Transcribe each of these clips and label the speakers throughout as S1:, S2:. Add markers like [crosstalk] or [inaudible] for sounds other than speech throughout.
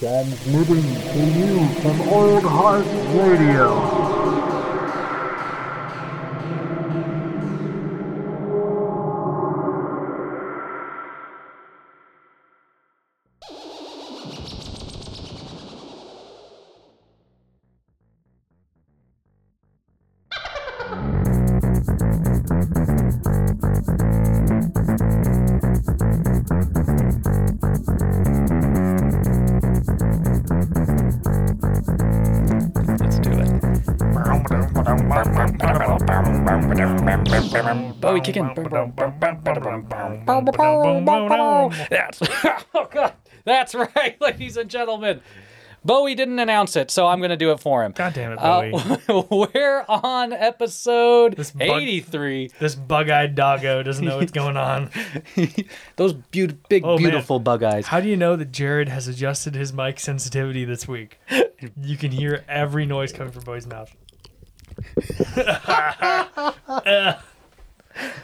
S1: Transmitting to you from Old Heart Radio.
S2: Let's do it. Oh, Bowie kick in. That's [laughs] [laughs] oh god. That's [laughs] right, ladies and gentlemen. Bowie didn't announce it, so I'm gonna do it for him.
S3: God damn it, Bowie.
S2: [laughs] Uh, we're on episode
S3: This bug-
S2: 83.
S3: this bug-eyed doggo doesn't know what's going on.
S2: [laughs] Those beau- big,
S3: Oh, man.
S2: beautiful bug eyes.
S3: How do you know that Jared has adjusted his mic sensitivity this week? You can hear every noise coming from Bowie's mouth.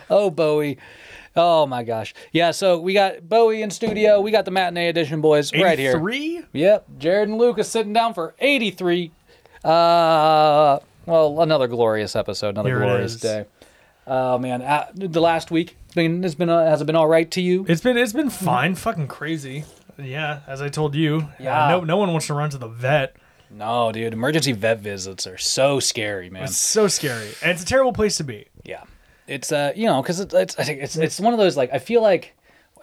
S2: Oh, Bowie. Oh my gosh. Yeah, so we got Bowie in studio. We got the matinee edition boys right here.
S3: Three?
S2: Yep, Jared and Lucas sitting down for 83. Uh, well, another glorious episode, another
S3: Here it
S2: glorious
S3: is.
S2: day. Oh man, uh, the last week it's been it's been uh, has it been all right to you?
S3: It's been it's been fine, fucking crazy. Yeah, as I told you. uh,
S2: Yeah.
S3: no no one wants to run to the vet.
S2: no, dude, emergency vet visits are so scary, man.
S3: It's so scary. And it's a terrible place to be.
S2: Yeah, it's uh, you know, because it's it's I think it's it's one of those like I feel like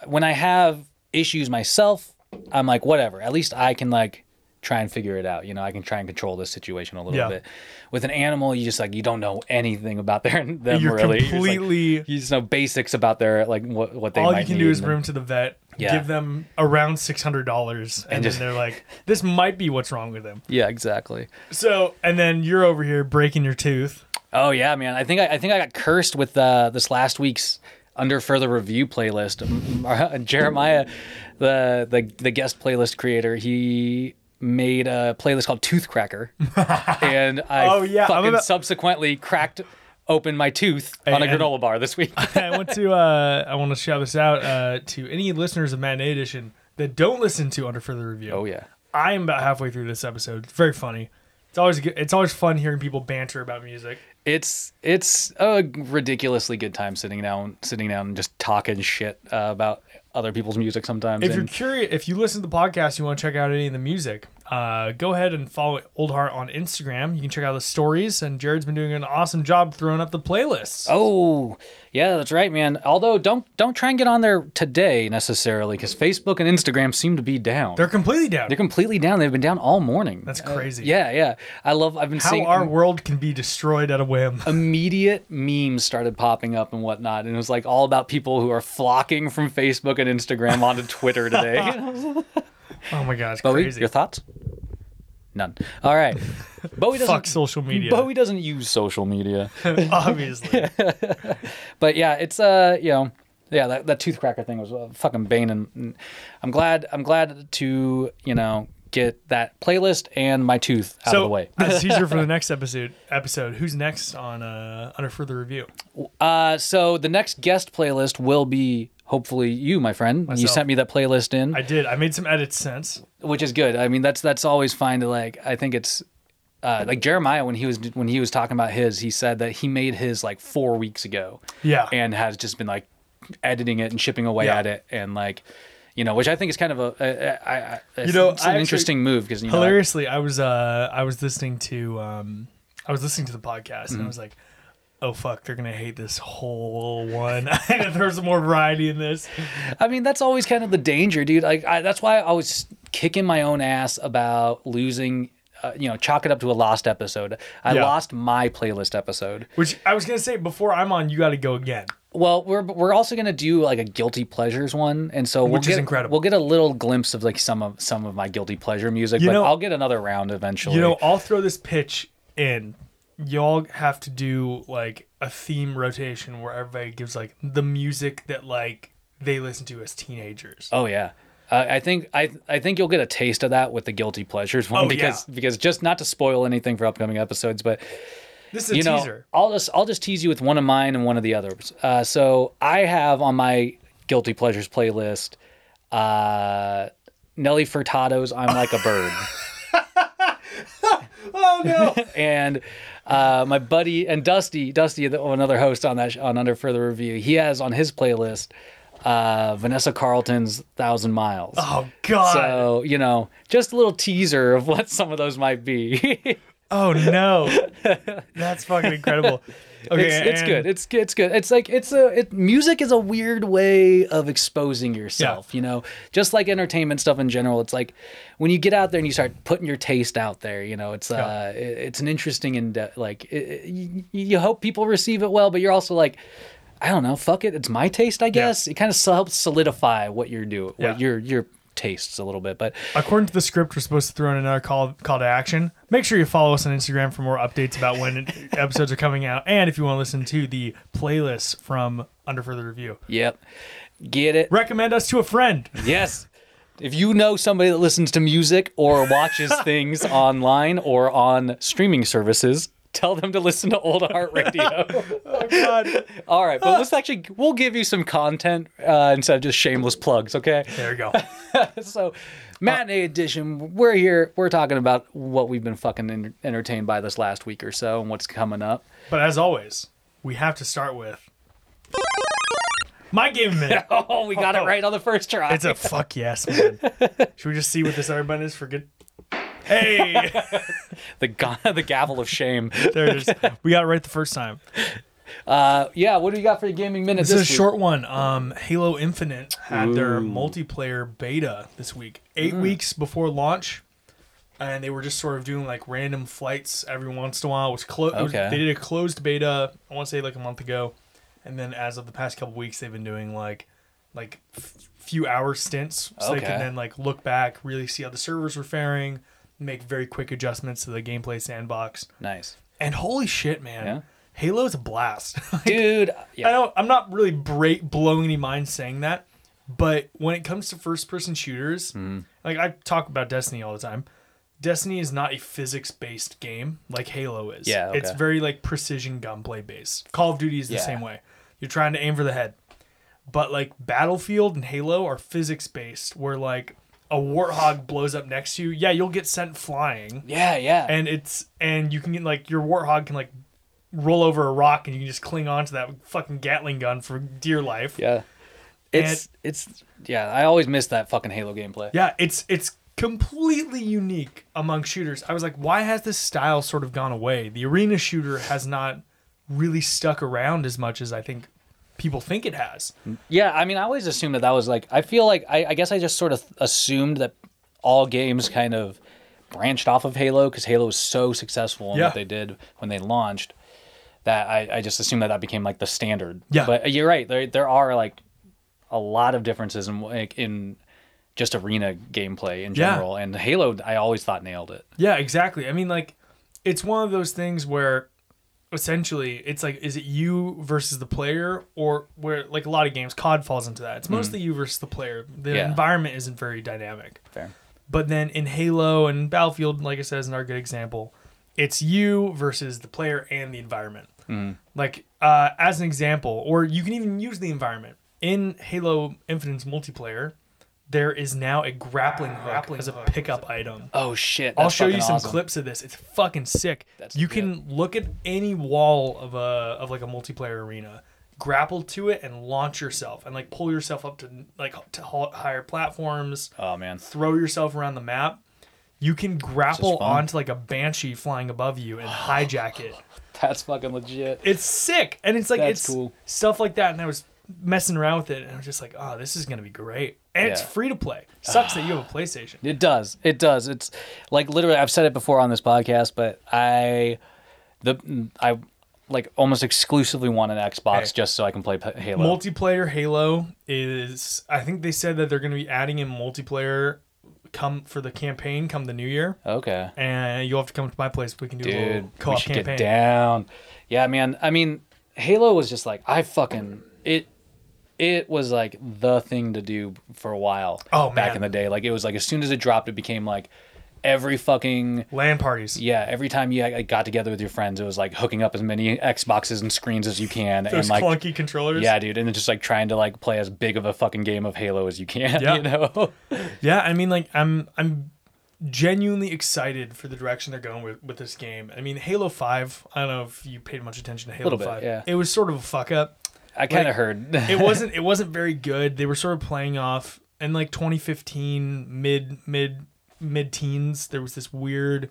S2: when I have issues myself, I'm like whatever. At least I can like try and figure it out. You know, I can try and control this situation a little
S3: Yeah.
S2: bit. With an animal, you just like you don't know anything about their [laughs] them
S3: You're
S2: really. just, like,
S3: completely
S2: you just know basics about their like what what they
S3: all
S2: might
S3: you can
S2: need
S3: do is
S2: and-
S3: room to the vet,
S2: Yeah.
S3: give them around six hundred dollars, and,
S2: just-
S3: then they're like, "This might be what's wrong with them."
S2: Yeah, exactly.
S3: So, and then you're over here breaking your tooth. [laughs]
S2: Oh yeah, man. I think I, I think I got cursed with uh, this last week's under further review playlist. Um, uh, [laughs] Jeremiah, the the the guest playlist creator, he made a playlist called
S3: [laughs]
S2: Toothcracker, and I
S3: Oh, yeah, I'm
S2: fucking
S3: about-
S2: subsequently cracked open my tooth on a
S3: and-
S2: granola bar this
S3: [laughs]
S2: week.
S3: I want to, uh, I want to shout this out uh, to any listeners of Matinee Edition that don't listen to Under Further Review.
S2: oh yeah.
S3: I am about halfway through this episode. It's very funny. It's always good, it's always fun hearing people banter about music.
S2: It's it's a ridiculously good time sitting down sitting down and just talking shit uh, about other people's music sometimes.
S3: If
S2: and-
S3: you're curious, if you listen to the podcast, you want to check out any of the music, uh, go ahead and follow Old Heart on Instagram. You can check out the stories, and Jared's been doing an awesome job throwing up the playlists.
S2: Oh, yeah, that's right, man. Although don't don't try and get on there today necessarily because Facebook and Instagram seem to be down.
S3: They're completely down.
S2: They're completely down. They've been down all morning.
S3: That's
S2: Uh,
S3: crazy.
S2: yeah, yeah. I love. I've been
S3: How
S2: seeing
S3: our world can be destroyed at a whim.
S2: immediate memes started popping up and whatnot, and it was like all about people who are flocking from Facebook and Instagram
S3: [laughs]
S2: onto Twitter today.
S3: Oh my gosh,
S2: Bowie,
S3: crazy.
S2: your thoughts? None. All right. Bowie doesn't.
S3: Fuck social media.
S2: Bowie doesn't use social media.
S3: [laughs]
S2: [laughs]
S3: Obviously.
S2: but yeah, it's uh, you know, yeah, that, that tooth cracker thing was uh, fucking bane, and- and I'm glad, I'm glad to you know get that playlist and my tooth out of the
S3: so
S2: way.
S3: that's
S2: [laughs]
S3: teaser for the next episode episode. Who's next on uh under further review?
S2: Uh, so the next guest playlist will be hopefully you, my friend. You
S3: Myself.
S2: sent me that playlist in,
S3: I did. I made some edits since.
S2: which is good. I mean, that's that's always fine to like. I think it's. Uh, like Jeremiah, when he was when he was talking about his, he said that he made his like four weeks ago.
S3: Yeah.
S2: and has just been like editing it and chipping away
S3: Yeah.
S2: at it and like you know which i think is kind of a, a, a, a- a-
S3: You know,
S2: it's
S3: I
S2: an
S3: actually-
S2: interesting move because you know
S3: uh, Hilariously, I was uh I was listening to um I was listening to the podcast
S2: Mm-hmm.
S3: and I was like, oh fuck, they're gonna hate this whole one. [laughs] I had to throw some more variety in this.
S2: i mean that's always kind of the danger dude like I, that's why i was kicking my own ass about losing uh, you know chalk it up to a lost episode i
S3: Yeah.
S2: lost my playlist episode
S3: Which I was gonna say before I'm on, you got to go again.
S2: well we're we're also going to do like a guilty pleasures one and so we'll
S3: Which is
S2: get,
S3: incredible.
S2: we'll get a little glimpse of like some of some of my guilty pleasure music
S3: You
S2: but
S3: know-
S2: i'll get another round eventually
S3: You know, I'll throw this pitch in. Y'all have to do like a theme rotation where everybody gives like the music that like they listen to as teenagers.
S2: Oh yeah. Uh, I think I I think you'll get a taste of that with the guilty pleasures one
S3: Oh,
S2: because because just not to spoil anything for upcoming episodes, but
S3: This is a
S2: you know
S3: teaser.
S2: I'll just I'll just tease you with one of mine and one of the others. Uh, so I have on my guilty pleasures playlist uh, Nelly Furtado's "I'm Like a Bird,"
S3: [laughs] Oh no!
S2: [laughs] and uh, my buddy and Dusty, Dusty, the, another host on that sh- on Under Further Review, he has on his playlist uh, Vanessa Carlton's "Thousand Miles."
S3: oh god!
S2: So you know, just a little teaser of what some of those might be. [laughs]
S3: Oh no! That's fucking incredible. Okay,
S2: it's, it's
S3: and-
S2: good. It's it's good. It's like it's a it, music is a weird way of exposing yourself. You know, just like entertainment stuff in general. It's like when you get out there and you start putting your taste out there. You know, it's uh, it, it's an interesting and uh, like it, it- you, you hope people receive it well, but you're also like. I don't know. Fuck it. It's my taste, I guess. It kind of helps solidify what you're doing,
S3: Yeah.
S2: what your your tastes a little bit. But
S3: According to the script, we're supposed to throw in another call call to action. Make sure you follow us on Instagram for more updates
S2: [laughs]
S3: about when episodes are coming out, and if you want to listen to the playlist from Under Further Review,
S2: yep, get it.
S3: recommend us to
S2: [laughs]
S3: a friend.
S2: Yes. If you know somebody that listens to music or
S3: [laughs]
S2: watches things online or on streaming services, tell them to listen to Old Heart
S3: [laughs]
S2: Radio.
S3: God.
S2: All right, but let's actually we'll give you some content uh, instead of just shameless plugs, okay? [laughs]
S3: There you go.
S2: So, matinee
S3: Uh,
S2: edition. We're here. We're talking about what we've been fucking en- entertained by this last week or so and what's coming up.
S3: But as always, we have to start with my game of the minute.
S2: Oh, we got it
S3: Oh.
S2: right on the first try.
S3: It's a fuck yes, man. Should we just see what this other button is for good? Hey, [laughs]
S2: the ga- [laughs] the gavel of shame.
S3: there it is. We got it right the first time.
S2: Uh, yeah, what do we got for the gaming minutes?
S3: This is a
S2: this week?
S3: short one. Um, Halo Infinite had their multiplayer beta this week, eight
S2: Mm.
S3: weeks before launch, and they were just sort of doing like random flights every once in a while. It was closed.
S2: Okay.
S3: They did a closed beta. I want to say like a month ago, and then as of the past couple weeks, they've been doing like like f- few hour stints, so they
S2: Okay.
S3: can then like look back, really see how the servers were faring, make very quick adjustments to the gameplay sandbox.
S2: Nice,
S3: And holy shit, man,
S2: Yeah.
S3: Halo's a blast. [laughs]
S2: dude. Yeah.
S3: I don't, I'm not really bra- blowing any mind saying that, but when it comes to first person shooters,
S2: Mm-hmm.
S3: like I talk about Destiny all the time. Destiny is not a physics based game like Halo is.
S2: Yeah, okay.
S3: It's very like precision gunplay based. Call of Duty is the
S2: Yeah.
S3: same way. You're trying to aim for the head. But like Battlefield and Halo are physics based where like a warthog blows up next to you. Yeah, you'll get sent flying
S2: Yeah, yeah.
S3: and it's and you can get like your warthog can like roll over a rock and you can just cling on to that fucking gatling gun for dear life
S2: yeah. It's it's yeah, I always miss that fucking Halo gameplay.
S3: Yeah, it's it's completely unique among shooters i was like why has this style sort of gone away the arena shooter has not really stuck around as much as i think people think it has
S2: Yeah, I mean I always assumed that that was like I feel like I, I guess I just sort of assumed that all games kind of branched off of Halo because Halo was so successful in
S3: Yeah.
S2: what they did when they launched that I, I just assumed that that became like the standard.
S3: Yeah.
S2: But uh, you're right. There there are like a lot of differences in like, in just arena gameplay in
S3: Yeah.
S2: general, and Halo I always thought nailed it.
S3: Yeah, exactly. I mean, like, it's one of those things where essentially it's like, is it you versus the player, or where, like, a lot of games, COD falls into that. It's mostly you versus the player. The
S2: Mm-hmm. Yeah.
S3: environment isn't very dynamic.
S2: Fair.
S3: But then in Halo and Battlefield, like I said, is another good example. It's you versus the player and the environment.
S2: Mm-hmm.
S3: Like, uh, as an example, or you can even use the environment. In Halo Infinite's multiplayer, there is now a grappling hook as a pickup item.
S2: Oh shit.
S3: I'll
S2: that's
S3: show you
S2: fucking
S3: some
S2: awesome.
S3: clips of this. It's fucking sick.
S2: That's
S3: you
S2: good.
S3: can look at any wall of a of like a multiplayer arena, grapple to it, and launch yourself, and like pull yourself up to like to ho- higher platforms,
S2: Oh man. [laughs]
S3: throw yourself around the map. You can grapple
S2: fun.
S3: onto like a banshee flying above you and
S2: [sighs]
S3: hijack it.
S2: That's fucking legit.
S3: It's sick, and it's like
S2: That's
S3: it's
S2: cool.
S3: stuff like that. And I was messing around with it, and I was just like, oh, this is gonna be great. And it's
S2: Yeah.
S3: free to
S2: [sighs]
S3: play. Sucks that you have a PlayStation.
S2: It does. It does. It's like literally I've said it before on this podcast, but I the I like almost exclusively want an Xbox
S3: Hey.
S2: just so I can play P- Halo.
S3: Multiplayer Halo is. I think they said that they're going to be adding in multiplayer come for the campaign come the new year,
S2: okay.
S3: and you'll have to come to my place. We can do a
S2: Dude,
S3: little
S2: we
S3: co-op
S2: should
S3: campaign.
S2: get down. Yeah, man. I mean, Halo was just like I fucking it it was like the thing to do for a while
S3: Oh,
S2: back
S3: man.
S2: in the day. Like it was like as soon as it dropped it became like every fucking
S3: Land parties.
S2: yeah, every time you like, got together with your friends, it was like hooking up as many Xboxes and screens as you can,
S3: Those
S2: and like
S3: clunky controllers.
S2: yeah, dude, and then just like trying to like play as big of a fucking game of Halo as you can. [laughs]
S3: Yeah.
S2: you know.
S3: Yeah, I mean, like I'm I'm genuinely excited for the direction they're going with, with this game. I mean, Halo Five. I don't know if you paid much attention to Halo
S2: Little bit,
S3: Five.
S2: yeah.
S3: It was sort of a fuck up.
S2: I kind of
S3: Like,
S2: heard [laughs]
S3: It wasn't it wasn't very good. They were sort of playing off in like 2015 mid mid mid teens. There was this weird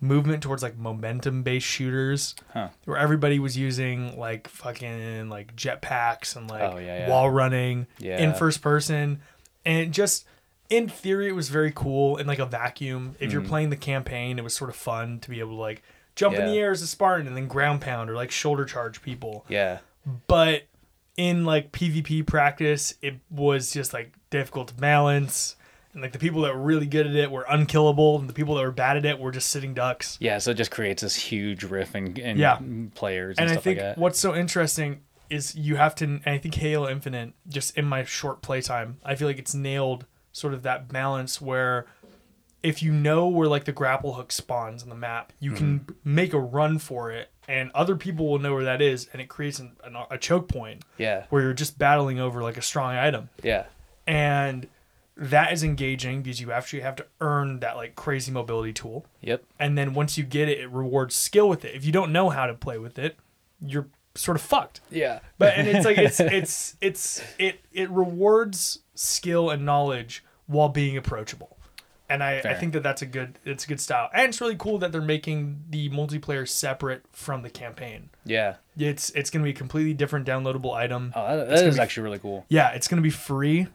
S3: movement towards like momentum based shooters
S2: Huh.
S3: where everybody was using like fucking like jetpacks and like
S2: Oh, yeah, yeah.
S3: wall running
S2: Yeah.
S3: in first person and just in theory it was very cool in like a vacuum if you're playing the campaign it was sort of fun to be able to like jump in
S2: Mm-hmm. Yeah.
S3: the air as a spartan and then ground pound or like shoulder charge people
S2: yeah.
S3: but in like pvp practice it was just like difficult to balance and like the people that were really good at it were unkillable and the people that were bad at it were just sitting ducks
S2: Yeah, so it just creates this huge riff and, and
S3: Yeah.
S2: players and,
S3: and I
S2: stuff
S3: think
S2: like that.
S3: what's so interesting is you have to. And I think Halo Infinite, just in my short playtime, I feel like it's nailed sort of that balance where if you know where like the grapple hook spawns on the map, you can
S2: Mm-hmm.
S3: make a run for it, and other people will know where that is, and it creates an, an, a choke point
S2: yeah,
S3: where you're just battling over like a strong item,
S2: yeah,
S3: and that is engaging because you actually have to earn that like crazy mobility tool
S2: yep,
S3: and then once you get it, it rewards skill with it. If you don't know how to play with it, you're sort of fucked.
S2: yeah,
S3: But and it's
S2: [laughs]
S3: like it's it's it's it it rewards skill and knowledge while being approachable, and I, I
S2: Fair.
S3: think that that's a good it's a good style, and it's really cool that they're making the multiplayer separate from the campaign.
S2: yeah.
S3: It's it's gonna be a completely different downloadable item.
S2: Oh, that,
S3: It's
S2: that
S3: gonna
S2: is
S3: be-
S2: actually really cool.
S3: yeah, it's gonna be free,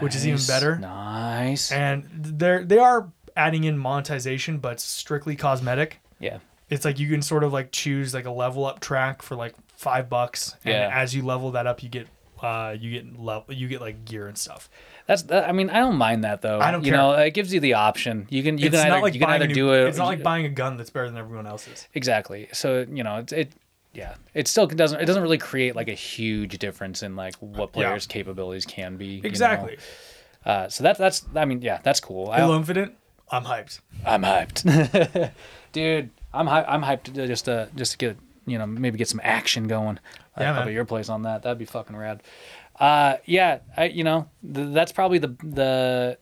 S3: which is even
S2: Nice,
S3: better.
S2: Nice.
S3: And they're they are adding in monetization, but strictly cosmetic.
S2: yeah.
S3: it's like you can sort of like choose like a level up track for like five bucks and
S2: Yeah.
S3: as you level that up you get uh you get level you get like gear and stuff
S2: That's. That, I mean, I don't mind that though.
S3: I don't
S2: You
S3: care.
S2: know, it gives you the option. You can. You
S3: it's
S2: can
S3: not
S2: either.
S3: like
S2: you can
S3: buying
S2: either
S3: a new-
S2: do it.
S3: it's not like buying a gun that's better than everyone else's
S2: Exactly. So you know, it, it. Yeah. It still doesn't. It doesn't really create like a huge difference in like what
S3: Yeah.
S2: players' capabilities can be. you know?
S3: exactly
S2: Uh, so that's that's. I mean, yeah, that's cool. I,
S3: halo infinite i'm hyped
S2: I'm
S3: [laughs]
S2: hyped, dude. I'm hy- I'm hyped to just uh just to get you know maybe get some action going.
S3: Yeah,
S2: uh, up
S3: man.
S2: at your place on that. That'd be fucking rad. Uh, yeah, I you know th- that's probably the the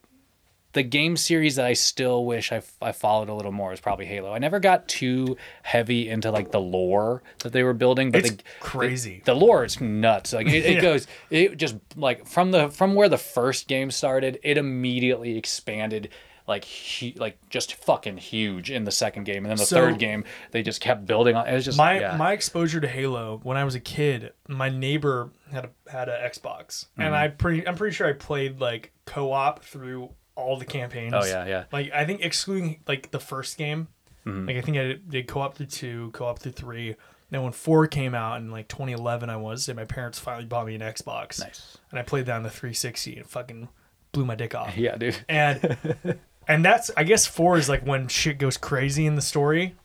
S2: the game series that I still wish I, f- I followed a little more is probably Halo. I never got too heavy into like the lore that they were building, but
S3: It's
S2: the,
S3: crazy.
S2: The, the lore is nuts. Like it, it
S3: [laughs] Yeah.
S2: goes, it just like from the from where the first game started, it immediately expanded like hu- like just fucking huge in the second game, and then the
S3: So-
S2: third game they just kept building on. It was just
S3: my
S2: yeah.
S3: my exposure to halo when i was a kid my neighbor had a had an xbox
S2: Mm-hmm.
S3: and i pretty i'm pretty sure i played like co-op through all the campaigns
S2: oh yeah Mm-hmm. yeah
S3: Like I think excluding like the first game, like I think I did co-op through two, co-op through three. And then when four came out in like 2011, I was and my parents finally bought me an Xbox.
S2: Nice.
S3: And I played that on the 360 and fucking blew my
S2: [laughs]
S3: dick off.
S2: yeah dude
S3: And
S2: [laughs]
S3: and that's I guess four is like when shit goes crazy in the story.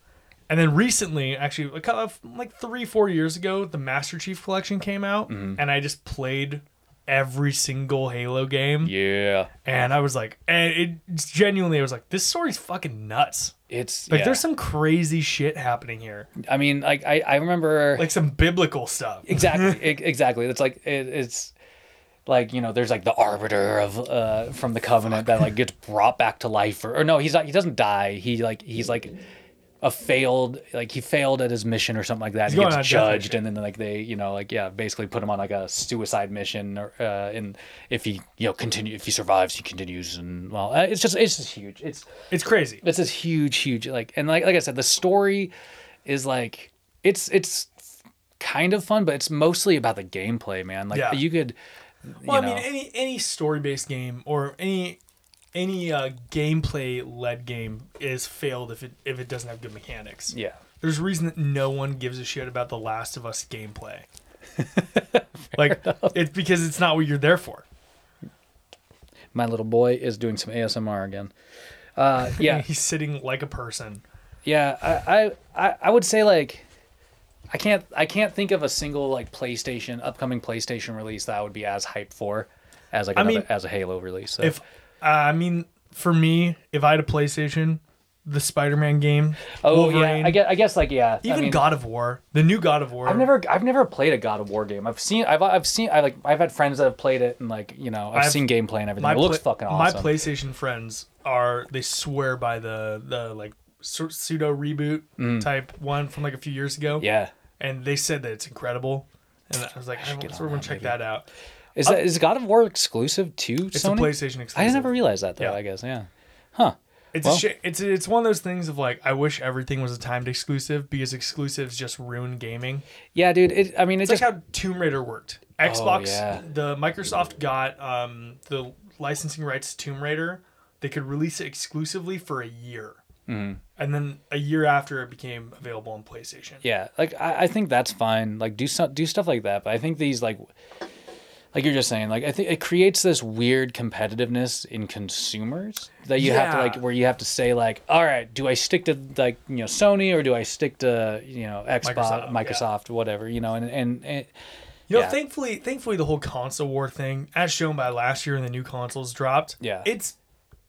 S3: And then recently, actually, like, kind of, like three, four years ago, the Master Chief Collection came out,
S2: Mm-hmm.
S3: and I just played every single Halo game.
S2: yeah
S3: And I was like, and it it's genuinely, I was like, this story's fucking nuts.
S2: it's
S3: Like,
S2: yeah.
S3: there's some crazy shit happening here,
S2: I mean like I I remember
S3: like some biblical stuff.
S2: exactly
S3: Mm-hmm.
S2: e- exactly it's like it, it's like you know there's like the arbiter of uh from the covenant that like gets brought back to life or, or no he's not he doesn't die he like he's like a failed like he failed at his mission or something like that he
S3: going
S2: gets
S3: on a death
S2: judged
S3: mission.
S2: and then like they you know like yeah basically put him on like a suicide mission or uh and if he you know continue if he survives he continues and well uh, it's just it's just huge it's
S3: It's crazy.
S2: it's this huge huge like and like like i said the story is like it's it's kind of fun but it's mostly about the gameplay man like
S3: Yeah.
S2: you could
S3: Well,
S2: you
S3: I mean,
S2: know.
S3: any any story based game or any any uh, gameplay led game is failed if it if it doesn't have good mechanics.
S2: yeah
S3: There's a reason that no one gives a shit about The Last of Us
S2: [laughs]
S3: gameplay. like it's because it's not what you're there for.
S2: my little boy is doing some asmr again
S3: [laughs]
S2: uh yeah
S3: He's sitting like a person.
S2: yeah I, I I- i would say like i can't i can't think of a single like playstation upcoming playstation release that i would be as hyped for as like another,
S3: mean,
S2: as a halo release so.
S3: If uh, I mean, for me, if I had a PlayStation, the Spider-Man game.
S2: Oh
S3: Wolverine,
S2: yeah, I guess, I guess like yeah.
S3: even
S2: I mean,
S3: God of War, the new God of War.
S2: I've never I've never played a God of War game. I've seen I've I've seen I like I've had friends that have played it and like you know I've,
S3: I've-
S2: seen gameplay and everything. It looks
S3: pla-
S2: fucking awesome.
S3: My PlayStation friends are they swear by the the like sur- pseudo reboot type one from like a few years ago.
S2: Mm. yeah.
S3: and they said that it's incredible. And I was like, I
S2: get
S3: want
S2: on
S3: everyone
S2: that,
S3: check
S2: maybe.
S3: that out.
S2: Is that is God of War exclusive to
S3: It's
S2: Sony?
S3: a PlayStation exclusive.
S2: I never realized that though.
S3: Yeah.
S2: I guess yeah. Huh.
S3: It's
S2: well-
S3: a sh- it's it's one of those things of like I wish everything was a timed exclusive because exclusives just ruin gaming.
S2: Yeah, dude. It, I mean, it
S3: It's
S2: just Oh,
S3: like how Tomb Raider worked. Xbox,
S2: yeah.
S3: the Microsoft got um, the licensing rights to Tomb Raider. They could release it exclusively for a year,
S2: Mm-hmm.
S3: and then a year after it became available on PlayStation.
S2: yeah like I, I think that's fine like do some do stuff like that but i think these like like you're just saying like i think it creates this weird competitiveness in consumers that you have to
S3: Yeah.
S2: like where you have to say like all right do i stick to like you know sony or do i stick to you know xbox
S3: Microsoft,
S2: microsoft,
S3: yeah.
S2: whatever you know and and, and
S3: You know,
S2: Yeah.
S3: thankfully, thankfully, the whole console war thing, as shown by last year when the new consoles dropped,
S2: Yeah.
S3: it's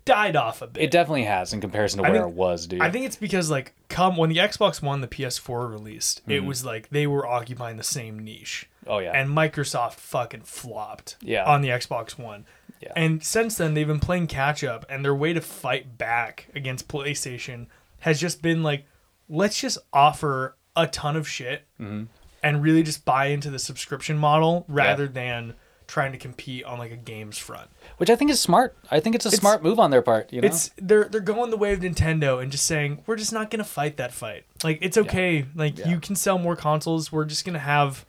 S3: died off a bit.
S2: it definitely has in comparison to where
S3: think-
S2: it was dude
S3: I think it's because like come when the Xbox One, the PS4 released, it was like they were occupying the same niche.
S2: Mm-hmm. oh yeah
S3: And Microsoft fucking flopped
S2: Yeah.
S3: on the Xbox One.
S2: Yeah.
S3: And since then they've been playing catch up and their way to fight back against PlayStation has just been like let's just offer a ton of shit
S2: Mm-hmm.
S3: and really just buy into the subscription model rather than trying to compete on like a games front.
S2: which i think is smart i think it's a smart move on their part you know
S3: It's they're they're going the way of Nintendo and just saying we're just not gonna fight that fight. Like it's okay. Like
S2: Yeah.
S3: you can sell more consoles. We're just gonna have,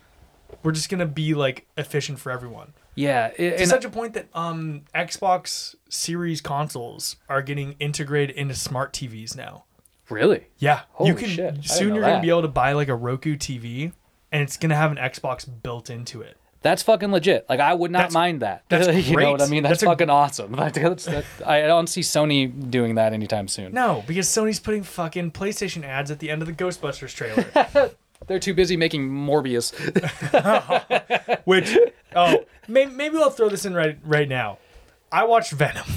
S3: we're just gonna be like efficient for everyone.
S2: yeah it,
S3: To
S2: and-
S3: such a point that um Xbox Series consoles are getting integrated into smart TVs now.
S2: really
S3: Yeah,
S2: Holy
S3: you can
S2: shit, I didn't
S3: soon.
S2: know
S3: You're gonna
S2: that.
S3: be able to buy like a Roku TV, and it's gonna have an Xbox built into it.
S2: That's fucking legit. Like I would not
S3: That's-
S2: mind that.
S3: that's
S2: [laughs] you know what I
S3: great.
S2: mean? That's,
S3: That's a-
S2: fucking awesome. [laughs] Like, that's- that- I don't see Sony doing that anytime soon.
S3: No, because Sony's putting fucking PlayStation ads at the end of the Ghostbusters trailer.
S2: They're too busy making
S3: [laughs]
S2: Morbius.
S3: Which oh, may, maybe I'll throw this in right right now. I watched Venom.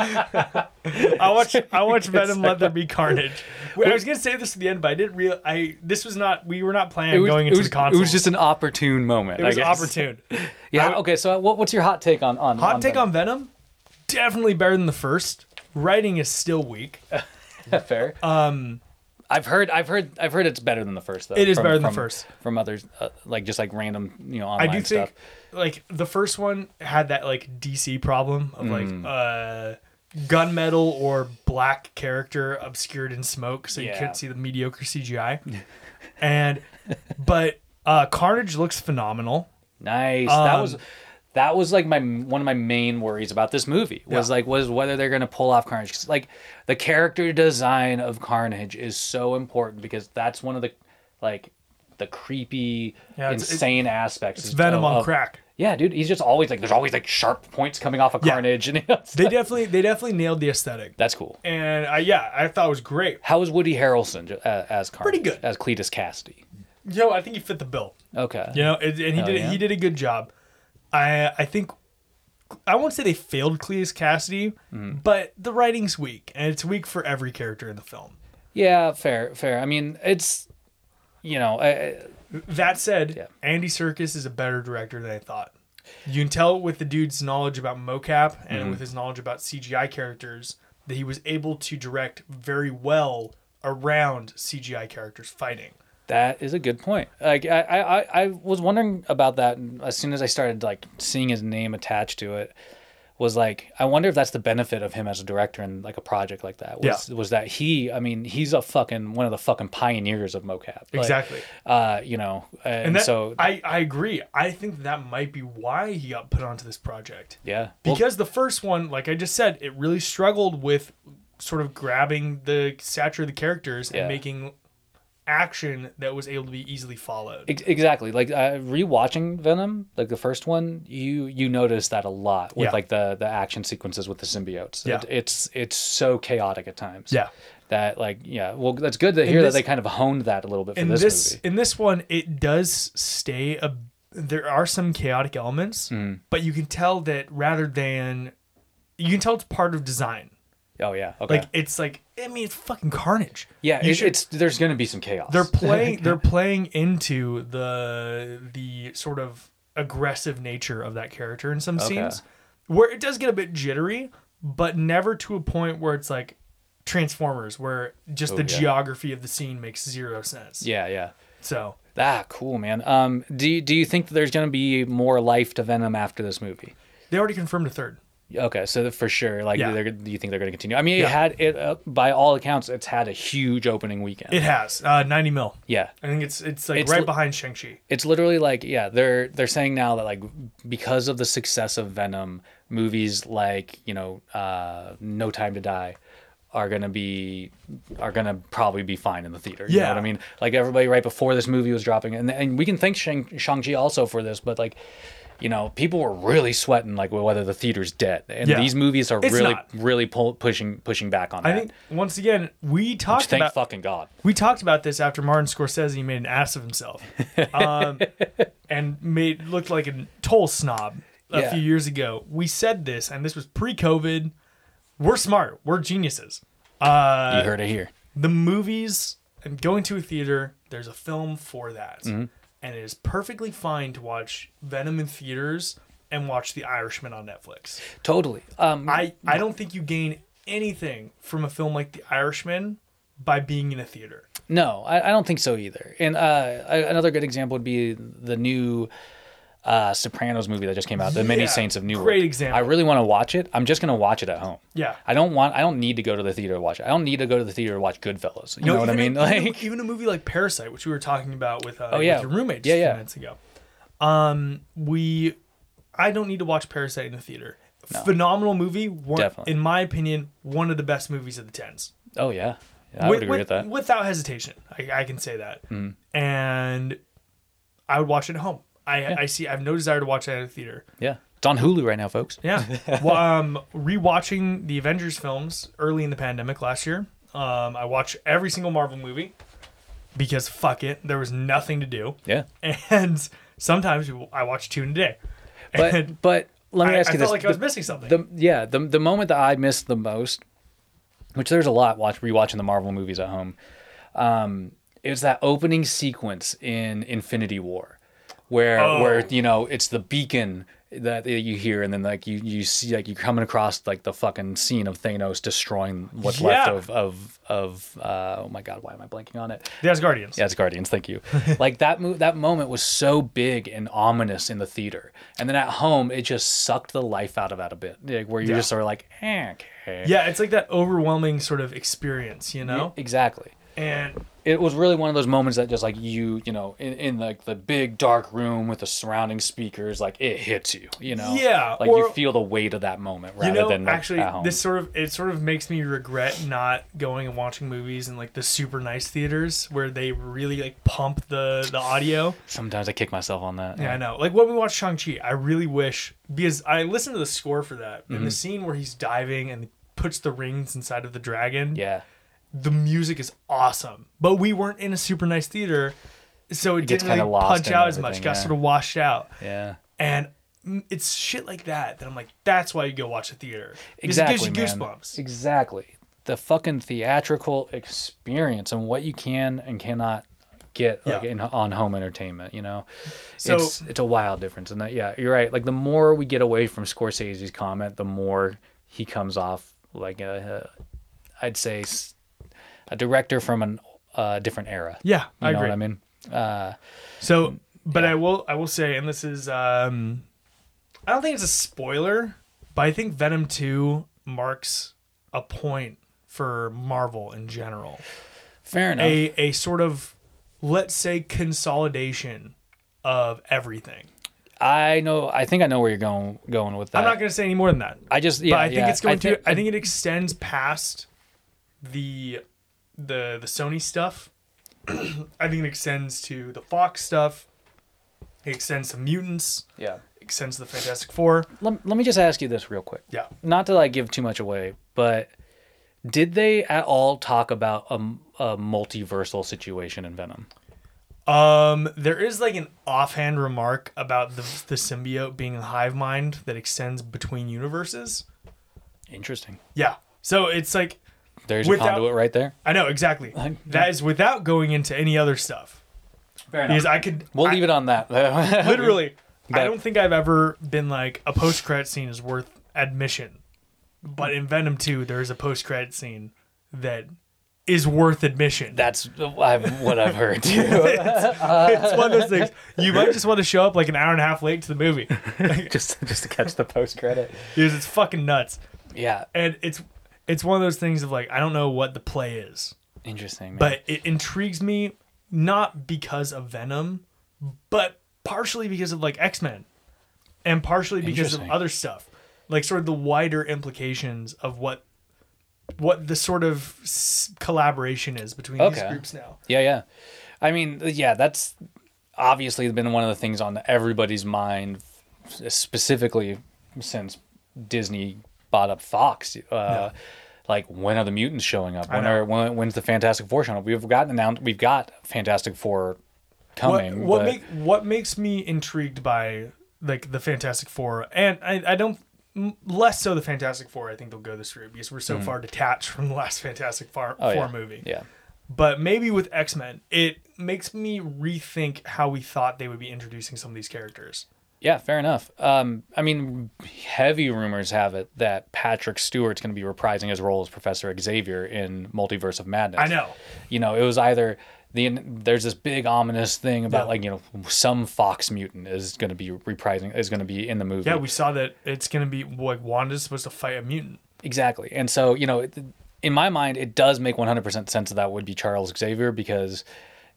S3: I watched I watched Venom. Let there
S2: [laughs]
S3: be carnage. Wait, I was gonna say this at the end, but I didn't real. I this was not. We were not planning on going into
S2: was,
S3: the console.
S2: it was just an opportune moment.
S3: it was
S2: I guess. [laughs]
S3: opportune.
S2: Yeah.
S3: I-
S2: okay. So what, what's your hot take on on
S3: Hot
S2: [laughs]
S3: take
S2: that?
S3: on Venom. Definitely better than the first. Writing is still weak.
S2: fair? Um, I've heard I've heard I've heard it's better than the first though.
S3: It is
S2: from-
S3: better than the
S2: from-
S3: first.
S2: from others uh, like just like random you know
S3: I
S2: online
S3: do think
S2: stuff.
S3: like the first one had that like DC problem of like uh gunmetal or black character obscured in smoke so you
S2: Yeah.
S3: couldn't see the mediocre CGI. and but uh Carnage looks phenomenal.
S2: Nice. that
S3: Um,
S2: was that was like my one of my main worries about this movie was
S3: Yeah.
S2: like was whether they're going to pull off Carnage. 'Cause, Like the character design of Carnage is so important because that's one of the like the creepy
S3: Yeah, it's-
S2: insane aspects
S3: It's Venom
S2: of,
S3: on
S2: of-
S3: crack.
S2: Yeah, dude, he's just always like there's always like sharp points coming off of
S3: Yeah.
S2: Carnage [laughs] and it's-
S3: [laughs] They definitely they definitely nailed the aesthetic.
S2: that's cool.
S3: And I yeah, I thought it was great.
S2: How was Woody Harrelson ju- uh, as Carnage?
S3: good.
S2: As Cletus Cassidy.
S3: Yo, I think he fit the bill.
S2: Okay.
S3: You know, and, and he
S2: Hell
S3: did
S2: yeah.
S3: he did a good job. I I think I won't say they failed Cleus Cassidy,
S2: Mm.
S3: but the writing's weak, and it's weak for every character in the film.
S2: Yeah, fair, fair. I mean, it's you know, I, I-
S3: That said,
S2: Yeah.
S3: Andy Serkis is a better director than I thought. You can tell with the dude's knowledge about mocap and
S2: Mm-hmm.
S3: with his knowledge about CGI characters that he was able to direct very well around CGI characters fighting.
S2: That is a good point. Like I, I, I- I was wondering about that and as soon as I started like seeing his name attached to it. Was like I wonder if that's the benefit of him as a director in like a project like that. Was was that he? I mean, he's a fucking one of the fucking pioneers of mocap. Like,
S3: Exactly.
S2: Uh, you know, and,
S3: And that,
S2: so
S3: I, I agree. I think that might be why he got put onto this project.
S2: yeah, Well,
S3: because the first one like i just said it really struggled with sort of grabbing the stature of the characters
S2: Yeah.
S3: and making action that was able to be easily followed
S2: Ex- Exactly. Like uh, rewatching Venom, like the first one, you you notice that a lot with
S3: Yeah.
S2: like the the action sequences with the symbiotes.
S3: Yeah.
S2: It, it's it's so chaotic at times.
S3: Yeah.
S2: That like yeah. Well, that's good to hear
S3: this-
S2: that they kind of honed that a little bit for
S3: in
S2: this,
S3: this,
S2: movie.
S3: in this one it does stay a there are some chaotic elements but you can tell that rather than you can tell it's part of design
S2: Oh yeah. Okay.
S3: Like it's like I mean it's fucking carnage.
S2: yeah,
S3: you
S2: it,
S3: should-
S2: it's there's gonna be some chaos.
S3: They're playing they're playing into the the sort of aggressive nature of that character in some
S2: Okay.
S3: scenes where it does get a bit jittery, but never to a point where it's like Transformers where just
S2: Oh,
S3: the
S2: yeah.
S3: geography of the scene makes zero sense.
S2: yeah, yeah.
S3: So
S2: Ah, cool, man. Um, do you, do you think that there's gonna be more life to Venom after this movie?
S3: they already confirmed a third.
S2: Okay, so that- for sure, like,
S3: Yeah.
S2: they're, do you think they're gonna continue? I mean, it
S3: Yeah.
S2: had it uh, by all accounts, it's had a huge opening weekend.
S3: It has. Uh ninety mil.
S2: yeah,
S3: I think it's it's like
S2: It's
S3: right
S2: li-
S3: behind Shang Chi.
S2: it's literally like yeah they're they're saying now that like because of the success of venom movies like you know uh no time to die are gonna be are gonna probably be fine in the theater you know
S3: Yeah.
S2: what i mean like everybody right before this movie was dropping and and we can thank Shang, shang-chi also for this but like you know people were really sweating like whether the theater's dead and
S3: Yeah.
S2: these movies are
S3: It's
S2: really
S3: not.
S2: really pull, pushing pushing back on
S3: I
S2: that
S3: think once again we
S2: Which,
S3: talked
S2: thank
S3: about
S2: fucking god
S3: we talked about this after Martin Scorsese made an ass of himself, um, and made looked like a total snob a
S2: Yeah.
S3: few years ago. We said this, and this was pre-COVID. We're smart. We're geniuses. Uh,
S2: you heard it here
S3: the movies and going to a theater, there's a film for that. And it is perfectly fine to watch Venom in theaters and watch The Irishman on Netflix.
S2: totally um
S3: I, I don't think you gain anything from a film like The Irishman by being in a theater.
S2: No, I, I don't think so either. And uh, I- another good example would be the new uh, Sopranos movie that just came out, The Many
S3: Yeah,
S2: Saints of Newark.
S3: great example.
S2: I really want to watch it. I'm just going to watch it at home.
S3: Yeah.
S2: I don't want. I don't need to go to the theater to watch it. I don't need to go to the theater to watch Goodfellas. You
S3: No,
S2: know what I
S3: even
S2: mean? [laughs]
S3: a- even a-
S2: like, Oh,
S3: even a movie like Parasite, which we were talking about with, uh, with
S2: yeah.
S3: your roommate just
S2: Yeah,
S3: a few
S2: yeah.
S3: minutes ago. Um, we, I don't need to watch Parasite in the theater. Phenomenal movie. One,
S2: Definitely.
S3: In my opinion, one of the best movies of the tens.
S2: oh yeah, Yeah, I would agree with that. Mm.
S3: Without hesitation, I, I can say that. And I would watch it at home. I, I see. I have no desire to watch it at a theater.
S2: yeah, it's on Hulu right now, folks. [laughs]
S3: Yeah. well, um, rewatching the Avengers films early in the pandemic last year. Um, I watch every single Marvel movie because fuck it, there was nothing to do.
S2: Yeah,
S3: And sometimes I watch two in a day. and
S2: but
S3: [laughs]
S2: but let me
S3: I, I
S2: ask you
S3: felt
S2: this:
S3: like I was missing something.
S2: the yeah the the moment that I missed the most, which there's a lot watch rewatching the Marvel movies at home, um, is that opening sequence in Infinity War, where
S3: Oh.
S2: where you know it's the beacon that you hear and then like you you see like you're coming across like the fucking scene of Thanos destroying what's left
S3: Yeah.
S2: of of of uh, oh my god why am I blanking on it
S3: the Asgardians.
S2: yeah, it's Guardians. Thank
S3: [laughs]
S2: you. like that mo- that moment was so big and ominous in the theater, and then at home it just sucked the life out of that a bit. Like where you're
S3: Yeah.
S2: just sort of like, eh, okay.
S3: Yeah, it's like that overwhelming sort of experience, you know?
S2: exactly.
S3: And
S2: It was really one of those moments that just like you, you know, in, in like the big dark room with the surrounding speakers, like it hits you, you know.
S3: Yeah,
S2: Like
S3: or-
S2: you feel the weight of that moment rather
S3: you know,
S2: than like,
S3: actually,
S2: at home.
S3: this sort of it sort of makes me regret not going and watching movies in like the super nice theaters where they really like pump the the audio.
S2: Sometimes I kick myself on that.
S3: Yeah, I know. Like when we watched Shang Chi, I really wish because I listened to the score for that
S2: Mm-hmm.
S3: and the scene where he's diving and puts the rings inside of the dragon.
S2: Yeah.
S3: the music is awesome, but we weren't in a super nice theater, so it,
S2: gets
S3: didn't really
S2: kinda lost
S3: punch
S2: in
S3: out as much.
S2: everything,
S3: Got
S2: yeah.
S3: sort of washed out,
S2: Yeah.
S3: and mm, it's shit like that that I'm like, that's why you go watch a theater. Because
S2: exactly
S3: It gives you
S2: man.
S3: goosebumps.
S2: exactly the fucking theatrical experience and what you can and cannot get like
S3: Yeah.
S2: in on home entertainment you know
S3: So-
S2: it's it's a wild difference and that yeah you're right like the more we get away from scorsese's comment the more he comes off like a, a i'd say s- a director from an uh, different era
S3: Yeah,
S2: you
S3: I
S2: know
S3: agree.
S2: what i mean uh
S3: So, but I will I will say, and this is um, I don't think it's a spoiler, but I think Venom Two marks a point for Marvel in general.
S2: fair enough
S3: A a sort of let's say consolidation of everything.
S2: i know i think i know where you're going going with that
S3: I'm not going to say any more than that.
S2: i just yeah
S3: but I think
S2: yeah.
S3: it's going
S2: thi-
S3: to. I think it extends past the the the Sony stuff. [clears throat] I think it extends to the Fox stuff. It extends to mutants.
S2: yeah
S3: Extends to the Fantastic Four.
S2: let, let me just ask you this real quick
S3: Yeah.
S2: not to like give too much away, but did they at all talk about a, a multiversal situation in Venom?
S3: Um, there is like an offhand remark about the the symbiote being a hive mind that extends between universes.
S2: Interesting.
S3: Yeah. So it's like
S2: There's
S3: Without-
S2: your conduit right there.
S3: I know exactly.
S2: I-
S3: That is without going into any other stuff.
S2: Fair
S3: Because I could
S2: We'll
S3: I-
S2: leave it on that. [laughs]
S3: literally. I
S2: That-
S3: don't think I've ever been like a post credit scene is worth admission, but in Venom Two there is a post credit scene that is worth admission.
S2: That's I've, what I've [laughs] heard too.
S3: it's one of those things you might just want to show up like an hour and a half late to the movie
S2: just just to catch the post credit.
S3: because it's fucking nuts,
S2: Yeah,
S3: and it's it's one of those things of like I don't know what the play is,
S2: interesting. man.
S3: but it intrigues me not because of Venom, but partially because of like X Men, and partially because of
S2: Interesting.
S3: other stuff, like sort of the wider implications of what what the sort of s- collaboration is between these
S2: Okay.
S3: groups now.
S2: yeah, yeah. I mean, yeah, that's obviously been one of the things on everybody's mind, specifically since Disney bought up Fox. Uh, Like when are the mutants showing up? When
S3: know.
S2: are when, when's the Fantastic Four showing up? We've gotten announced. We've got Fantastic Four
S3: What,
S2: coming.
S3: what
S2: but-
S3: make what makes me intrigued by like the Fantastic Four, and I, I don't m- less so the Fantastic Four. I think they'll go this route because we're so far detached from the last Fantastic Far-
S2: Mm. Oh,
S3: Four
S2: yeah.
S3: movie.
S2: Yeah.
S3: but maybe with X Men, it makes me rethink how we thought they would be introducing some of these characters.
S2: Yeah, fair enough. Um, I mean, heavy rumors have it that Patrick Stewart's going to be reprising his role as Professor Xavier in Multiverse of Madness.
S3: I know.
S2: You know, it was either the there's this big ominous thing about
S3: Yeah.
S2: like you know some Fox mutant is going to be reprising is going to be in the movie.
S3: Yeah, we saw that it's gonna be like Wanda's supposed to fight a mutant.
S2: Exactly. And so, you know, it- in my mind, it does make 100% sense that that would be Charles Xavier because,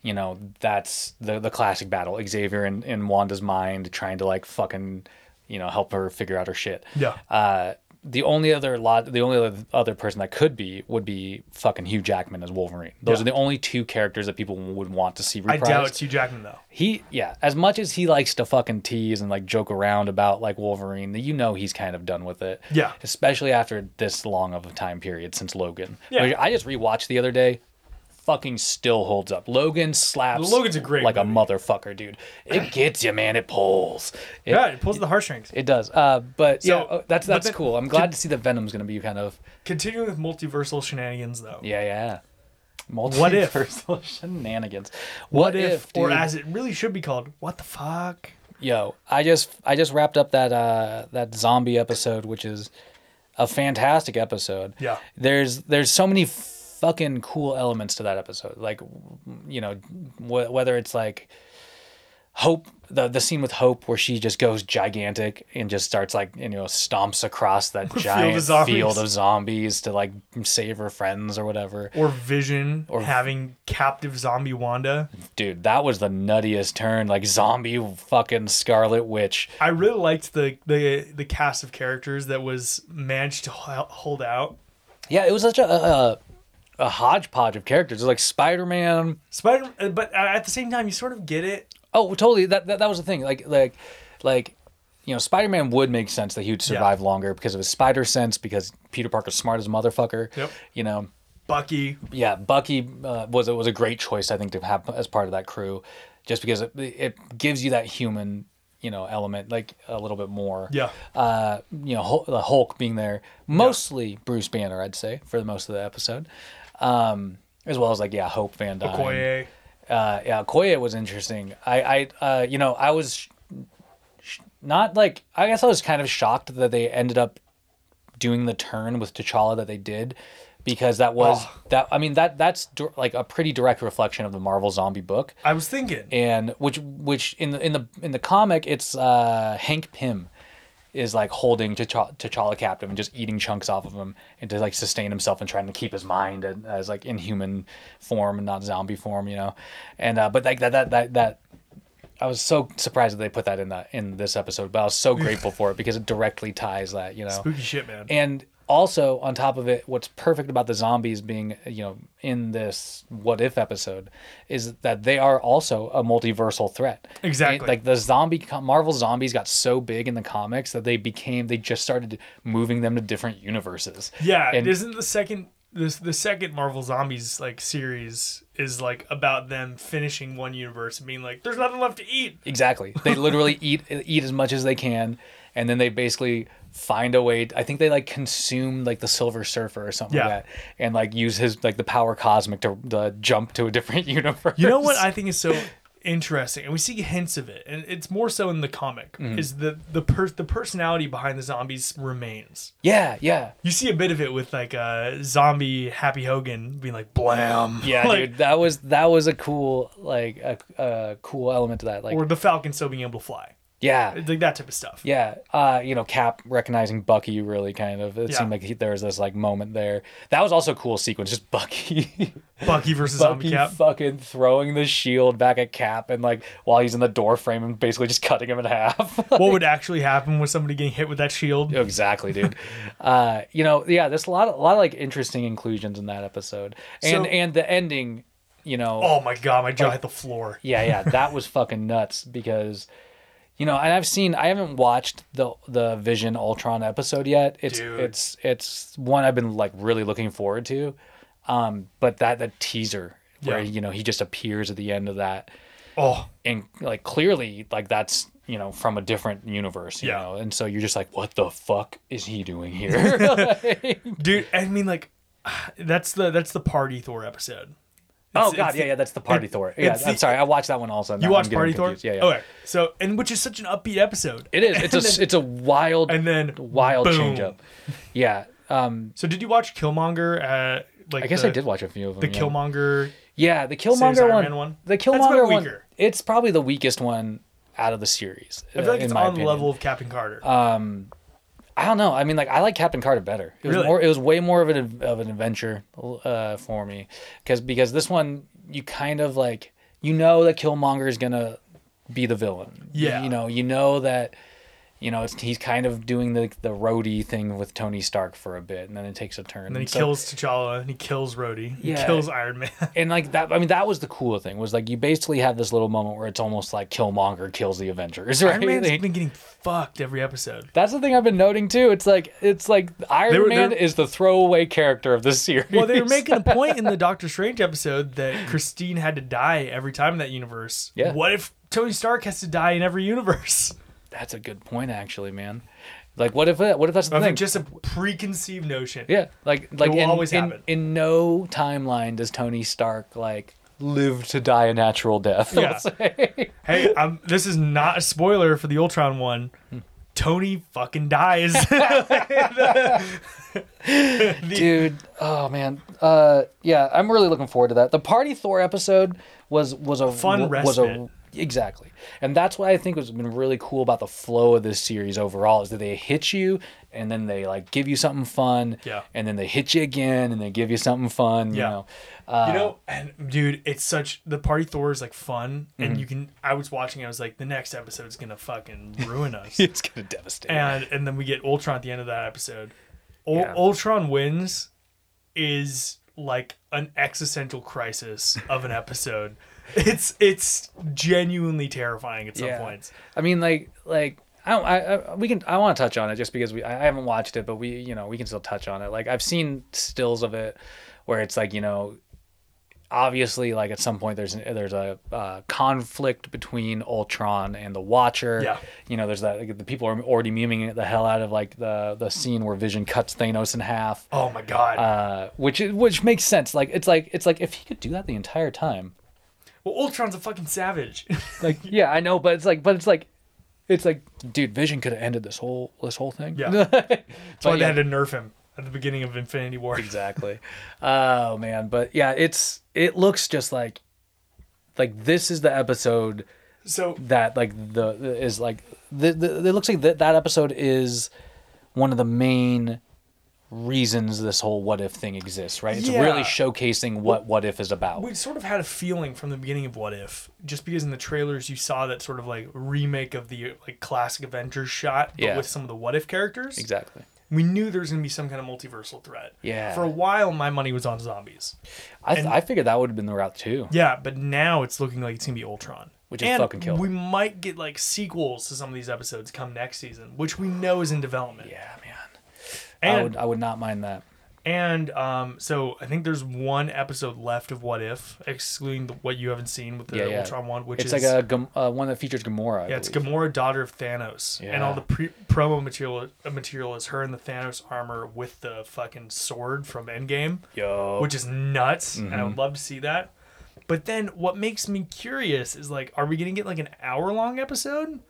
S2: you know, that's the, the classic battle Xavier in, in Wanda's mind trying to like fucking, you know, help her figure out her shit.
S3: Yeah.
S2: Uh, the only other lot, the only other- other person that could be would be fucking Hugh Jackman as Wolverine. Those
S3: Yeah.
S2: are the only two characters that people would want to see reprised
S3: I doubt it's Hugh Jackman though.
S2: he yeah as much as he likes to fucking tease and like joke around about like wolverine you know he's kind of done with it
S3: Yeah.
S2: especially after this long of a time period since logan
S3: Yeah.
S2: Which i just rewatched the other day fucking still holds up logan slaps
S3: Logan's a great
S2: like
S3: movie.
S2: a motherfucker dude it gets you man it pulls it,
S3: Yeah, it pulls the heartstrings.
S2: it does uh but
S3: So,
S2: yeah oh, that's
S3: but
S2: that's
S3: then-
S2: cool i'm glad to see that venom's gonna be kind of
S3: Continuing with multiversal shenanigans though.
S2: yeah yeah
S3: What if?
S2: Multiversal [laughs] shenanigans
S3: What if, or
S2: dude?
S3: as it really should be called, what the fuck?
S2: Yo, I just I just wrapped up that uh that zombie episode, which is a fantastic episode.
S3: Yeah.
S2: There's there's so many fucking cool elements to that episode. Like, you know, wh- whether it's like Hope the the scene with Hope where she just goes gigantic and just starts like you know stomps across
S3: [laughs]
S2: that giant
S3: zombies.
S2: field of zombies to like save her friends or whatever.
S3: Or Vision or having captive zombie Wanda.
S2: Dude, that was the nuttiest turn. Like zombie fucking Scarlet Witch.
S3: I really liked the the the cast of characters that was managed to ho- hold out.
S2: Yeah, it was such a a, a hodgepodge of characters. It was like Spider Man.
S3: Spider, uh, but at the same time, you sort of get it
S2: Oh, totally. That, that that was the thing. Like like like you know, Spider Man would make sense that he would survive longer because of his spider sense. Because Peter Parker's smart as a motherfucker.
S3: Yep.
S2: You know.
S3: Bucky.
S2: Yeah, Bucky uh, was was a great choice I think to have as part of that crew, just because it it gives you that human you know element like a little bit more.
S3: Yeah.
S2: Uh, you know, Hul- the Hulk being there, mostly Bruce Banner, I'd say for the most of the episode, um, as well as like yeah, Hope Van Dyne.
S3: Okoye.
S2: Uh, yeah, Koye was interesting. I I uh, you know I was sh- sh- not like I guess I was kind of shocked that they ended up doing the turn with T'Challa that they did because that was that I mean that that's dir- like a pretty direct reflection of the Marvel zombie book
S3: I was thinking.
S2: and which which in the in the in the comic it's uh Hank Pym is like holding T'Challa, T'Challa captive and just eating chunks off of him and to like sustain himself and trying to keep his mind and- as like in human form and not zombie form, you know. And uh but like that that that that I was so surprised that they put that in that in this episode, but I was so grateful for it because it directly ties that, you know.
S3: Spooky shit, man.
S2: And also on top of it, what's perfect about the zombies being, you know, in this what if episode is that they are also a multiversal threat.
S3: Exactly.
S2: And, like the zombie co- Marvel zombies got so big in the comics that they became they just started moving them to different universes.
S3: yeah,
S2: And
S3: isn't the second this the second Marvel Zombies like series is like about them finishing one universe and being like, there's nothing left to eat. [laughs]
S2: exactly. They literally eat eat as much as they can and then they basically find a way. I think they like consume like the Silver Surfer or something
S3: Yeah.
S2: like that, and like use his like the power cosmic to uh, jump to a different [laughs] universe.
S3: You know what I think is so interesting, and we see hints of it, and it's more so in the comic,
S2: Mm-hmm.
S3: is the the per- the personality behind the zombies remains.
S2: yeah, yeah,
S3: You see a bit of it with like a zombie Happy Hogan being like blam,
S2: yeah,
S3: [laughs] like,
S2: dude. That was that was a cool like a, a cool element to that. Like,
S3: or the Falcon still being able to fly,
S2: yeah,
S3: It's like that type of stuff.
S2: Yeah, uh, you know, Cap recognizing Bucky really kind of. It
S3: Yeah.
S2: seemed like he, there was this like moment there. That was also a cool sequence. Just [laughs] Bucky,
S3: Bucky versus Zombie
S2: Bucky
S3: Cap.
S2: fucking throwing the shield back at Cap, and like while he's in the door frame and basically just [laughs] cutting him in half.
S3: what would actually happen with somebody getting hit with that shield?
S2: exactly, dude. uh, you know, yeah, there's a lot, of, a lot of like interesting inclusions in that episode, and
S3: So-
S2: and the ending, you know.
S3: Oh my god, my jaw hit the floor.
S2: Yeah, yeah, that was fucking nuts because, you know, and I've seen I haven't watched the the Vision Ultron episode yet. It's
S3: Dude.
S2: it's it's one I've been like really looking forward to, um, but that that teaser where
S3: Yeah.
S2: you know he just appears at the end of that
S3: Oh,
S2: and like clearly like that's you know from a different universe you
S3: Yeah.
S2: know and so you're just like what the fuck is he doing
S3: [laughs]
S2: here
S3: dude, I mean like [sighs] that's the that's the party Thor episode.
S2: [laughs] oh
S3: It's-
S2: god
S3: it's
S2: yeah yeah that's the party thor yeah
S3: it's
S2: i'm
S3: the-
S2: sorry i watched that one also
S3: You watch Party Thor?
S2: yeah, yeah.
S3: Okay. So, and which is such an upbeat episode.
S2: it is it's a
S3: [laughs] And then-
S2: it's a wild
S3: and then
S2: wild
S3: boom.
S2: change up. Yeah. Um
S3: So, did you watch Killmonger? Uh, like
S2: I guess
S3: the,
S2: I did watch a few of them.
S3: the
S2: yeah.
S3: Killmonger.
S2: Yeah, the
S3: Series
S2: Killmonger
S3: Iron
S2: one,
S3: Man one?
S2: The
S3: That's a bit
S2: Killmonger one.
S3: weaker.
S2: It's probably the weakest one out of the series.
S3: I feel like it's on the level of Captain Carter.
S2: Um, I don't know. I mean, like I like Captain Carter better. It was
S3: Really?
S2: more. It was way more of an of an adventure uh, for me, because because this one you kind of like you know that Killmonger is gonna be the villain. You-
S3: Yeah.
S2: You, know you know that. You know, it's, he's kind of doing the the roadie thing with Tony Stark for a bit, and then it takes a turn.
S3: and then he
S2: so-
S3: kills T'Challa, and he kills Rhodey, he
S2: Yeah.
S3: kills
S2: [laughs]
S3: Iron Man. [laughs]
S2: and like that i mean that was the cool thing was like you basically have this little moment where it's almost like killmonger kills the avengers [laughs] right
S3: Iron Man's
S2: Like,
S3: been getting fucked every episode.
S2: that's the thing i've been noting too it's like it's like iron
S3: They were-
S2: man
S3: they're-
S2: is the throwaway character of the [laughs] series
S3: Well, they were making a
S2: [laughs]
S3: point in the Doctor Strange episode that Christine had to die every time in that universe.
S2: Yeah.
S3: What if Tony Stark has to die in every universe? [laughs]
S2: that's a good point actually man like what if what if that's the
S3: I
S2: thing
S3: think just a preconceived notion.
S2: yeah like like
S3: will
S2: in,
S3: always
S2: in,
S3: happen.
S2: in no timeline does tony stark like live to die a natural death [laughs]
S3: Yeah.
S2: I'll say.
S3: Hey, i this is not a spoiler for the Ultron one. Tony fucking dies. [laughs]
S2: dude oh man uh yeah i'm really looking forward to that the party thor episode was was a
S3: Fun
S2: was a
S3: respite.
S2: exactly and that's what i think has been really cool about the flow of this series overall is that they hit you and then they like give you something fun
S3: Yeah.
S2: and then they hit you again and they give you something fun
S3: Yeah.
S2: you know uh,
S3: you know, and dude, it's such the party Thor is like fun,
S2: Mm-hmm.
S3: and you can. I was watching, I was like, the next episode's
S2: [laughs]
S3: gonna fucking ruin
S2: [laughs]
S3: us.
S2: it's gonna devastate
S3: and and then we get Ultron at the end of that episode. Ul-
S2: Yeah.
S3: Ultron wins is like an existential crisis of
S2: [laughs]
S3: an episode. It's it's genuinely terrifying at some points.
S2: I mean, like, like I, don't, I, I we can. I want to touch on it just because we. I I haven't watched it, but we, you know, we can still touch on it. Like, I've seen stills of it, where it's like, you know, obviously, like at some point, there's an, there's a uh, conflict between Ultron and the Watcher.
S3: Yeah.
S2: You know, there's that like, the people are already memeing the hell out of like the the scene where Vision cuts Thanos in half.
S3: Oh my god.
S2: Uh, which is- which makes sense. Like it's like it's like if he could do that the entire time,
S3: well, Ultron's a fucking savage. [laughs]
S2: like yeah i know but it's like but it's like it's like dude vision could have ended this whole this whole thing
S3: Yeah.
S2: [laughs] But
S3: That's why
S2: yeah,
S3: they had to nerf him at the beginning of Infinity War.
S2: exactly oh man but yeah it's it looks just like like this is the episode
S3: So
S2: that like the is like the, the it looks like that that episode is one of the main reasons this whole what if thing exists right it's
S3: Yeah.
S2: really showcasing what what if is about
S3: we sort of had a feeling from the beginning of What If, just because in the trailers you saw that sort of like remake of the like classic Avengers shot, but
S2: Yeah.
S3: with some of the What If characters.
S2: exactly
S3: we knew there was going to be some kind of multiversal threat.
S2: Yeah.
S3: For a while, my money was on zombies.
S2: i, I figured that would have been the route too
S3: Yeah, but now it's looking like it's going to be Ultron.
S2: Which is
S3: And
S2: fucking killer.
S3: We might get like sequels to some of these episodes come next season, which we know is in development.
S2: yeah man i
S3: And
S2: would i would not mind that
S3: And um, so I think there's one episode left of What If, excluding the, what you haven't seen with the
S2: Yeah, yeah.
S3: Ultron one, which
S2: It's
S3: is
S2: like a Gam- uh, one that features Gamora. I
S3: yeah, it's
S2: believe.
S3: Gamora, daughter of Thanos, and
S2: Yeah.
S3: all the pre- promo material uh, material is her in the Thanos armor with the fucking sword from Endgame,
S2: Yo.
S3: which is nuts, and
S2: Mm-hmm.
S3: I would love to see that. But then, what makes me curious is like, are we gonna get like an hour long episode,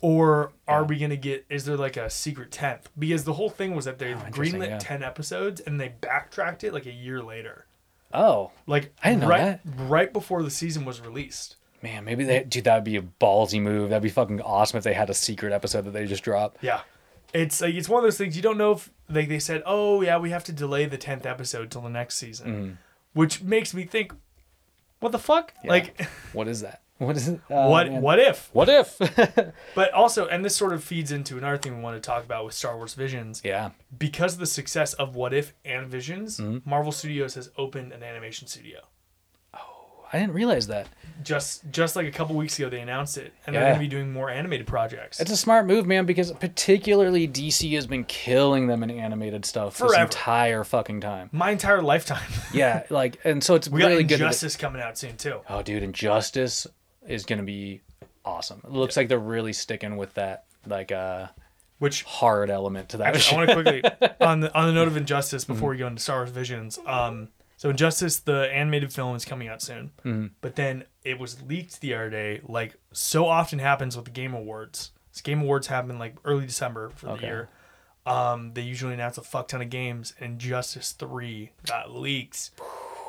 S3: or are we gonna get? Is there like a secret tenth? Because the whole thing was that they
S2: Oh, interesting,
S3: greenlit
S2: yeah.
S3: ten episodes and they backtracked it like a year later,
S2: oh
S3: like
S2: I didn't know
S3: right right before the season was released.
S2: man, maybe they dude that would be a ballsy move. That'd be fucking awesome if they had a secret episode that they just drop.
S3: Yeah. It's like it's one of those things you don't know if like they said, "Oh yeah, we have to delay the 10th episode till the next season."
S2: Mm.
S3: Which makes me think what the fuck? Like [laughs]
S2: What is that? What is it? Oh,
S3: what
S2: man.
S3: what if?
S2: What if? [laughs]
S3: But also and this sort of feeds into another thing we want to talk about with Star Wars Visions.
S2: yeah.
S3: Because of the success of What If and Visions,
S2: Mm-hmm.
S3: Marvel Studios has opened an animation studio.
S2: I didn't realize that.
S3: Just just like a couple weeks ago they announced it and they're
S2: Yeah.
S3: going to be doing more animated projects.
S2: It's a smart move, man, because particularly DC has been killing them in animated stuff this
S3: Forever.
S2: entire fucking time.
S3: My entire lifetime.
S2: Yeah, like, and so it's
S3: [laughs] we got
S2: really good. that-
S3: Injustice coming out soon too.
S2: Oh, dude, Injustice is gonna be awesome. It looks like they're really sticking with that like uh
S3: Which
S2: hard element to that. [laughs] Mm-hmm.
S3: Actually, I want to quickly on the on the note of Injustice before we go into Star Wars Visions. Um, so Injustice, the animated film, is coming out soon,
S2: Mm-hmm.
S3: but then it was leaked the other day, like so often happens with the Game Awards. So Game Awards happen like early December for the
S2: Okay.
S3: year. Um, they usually announce a fuck ton of games, and Injustice Three got leaked.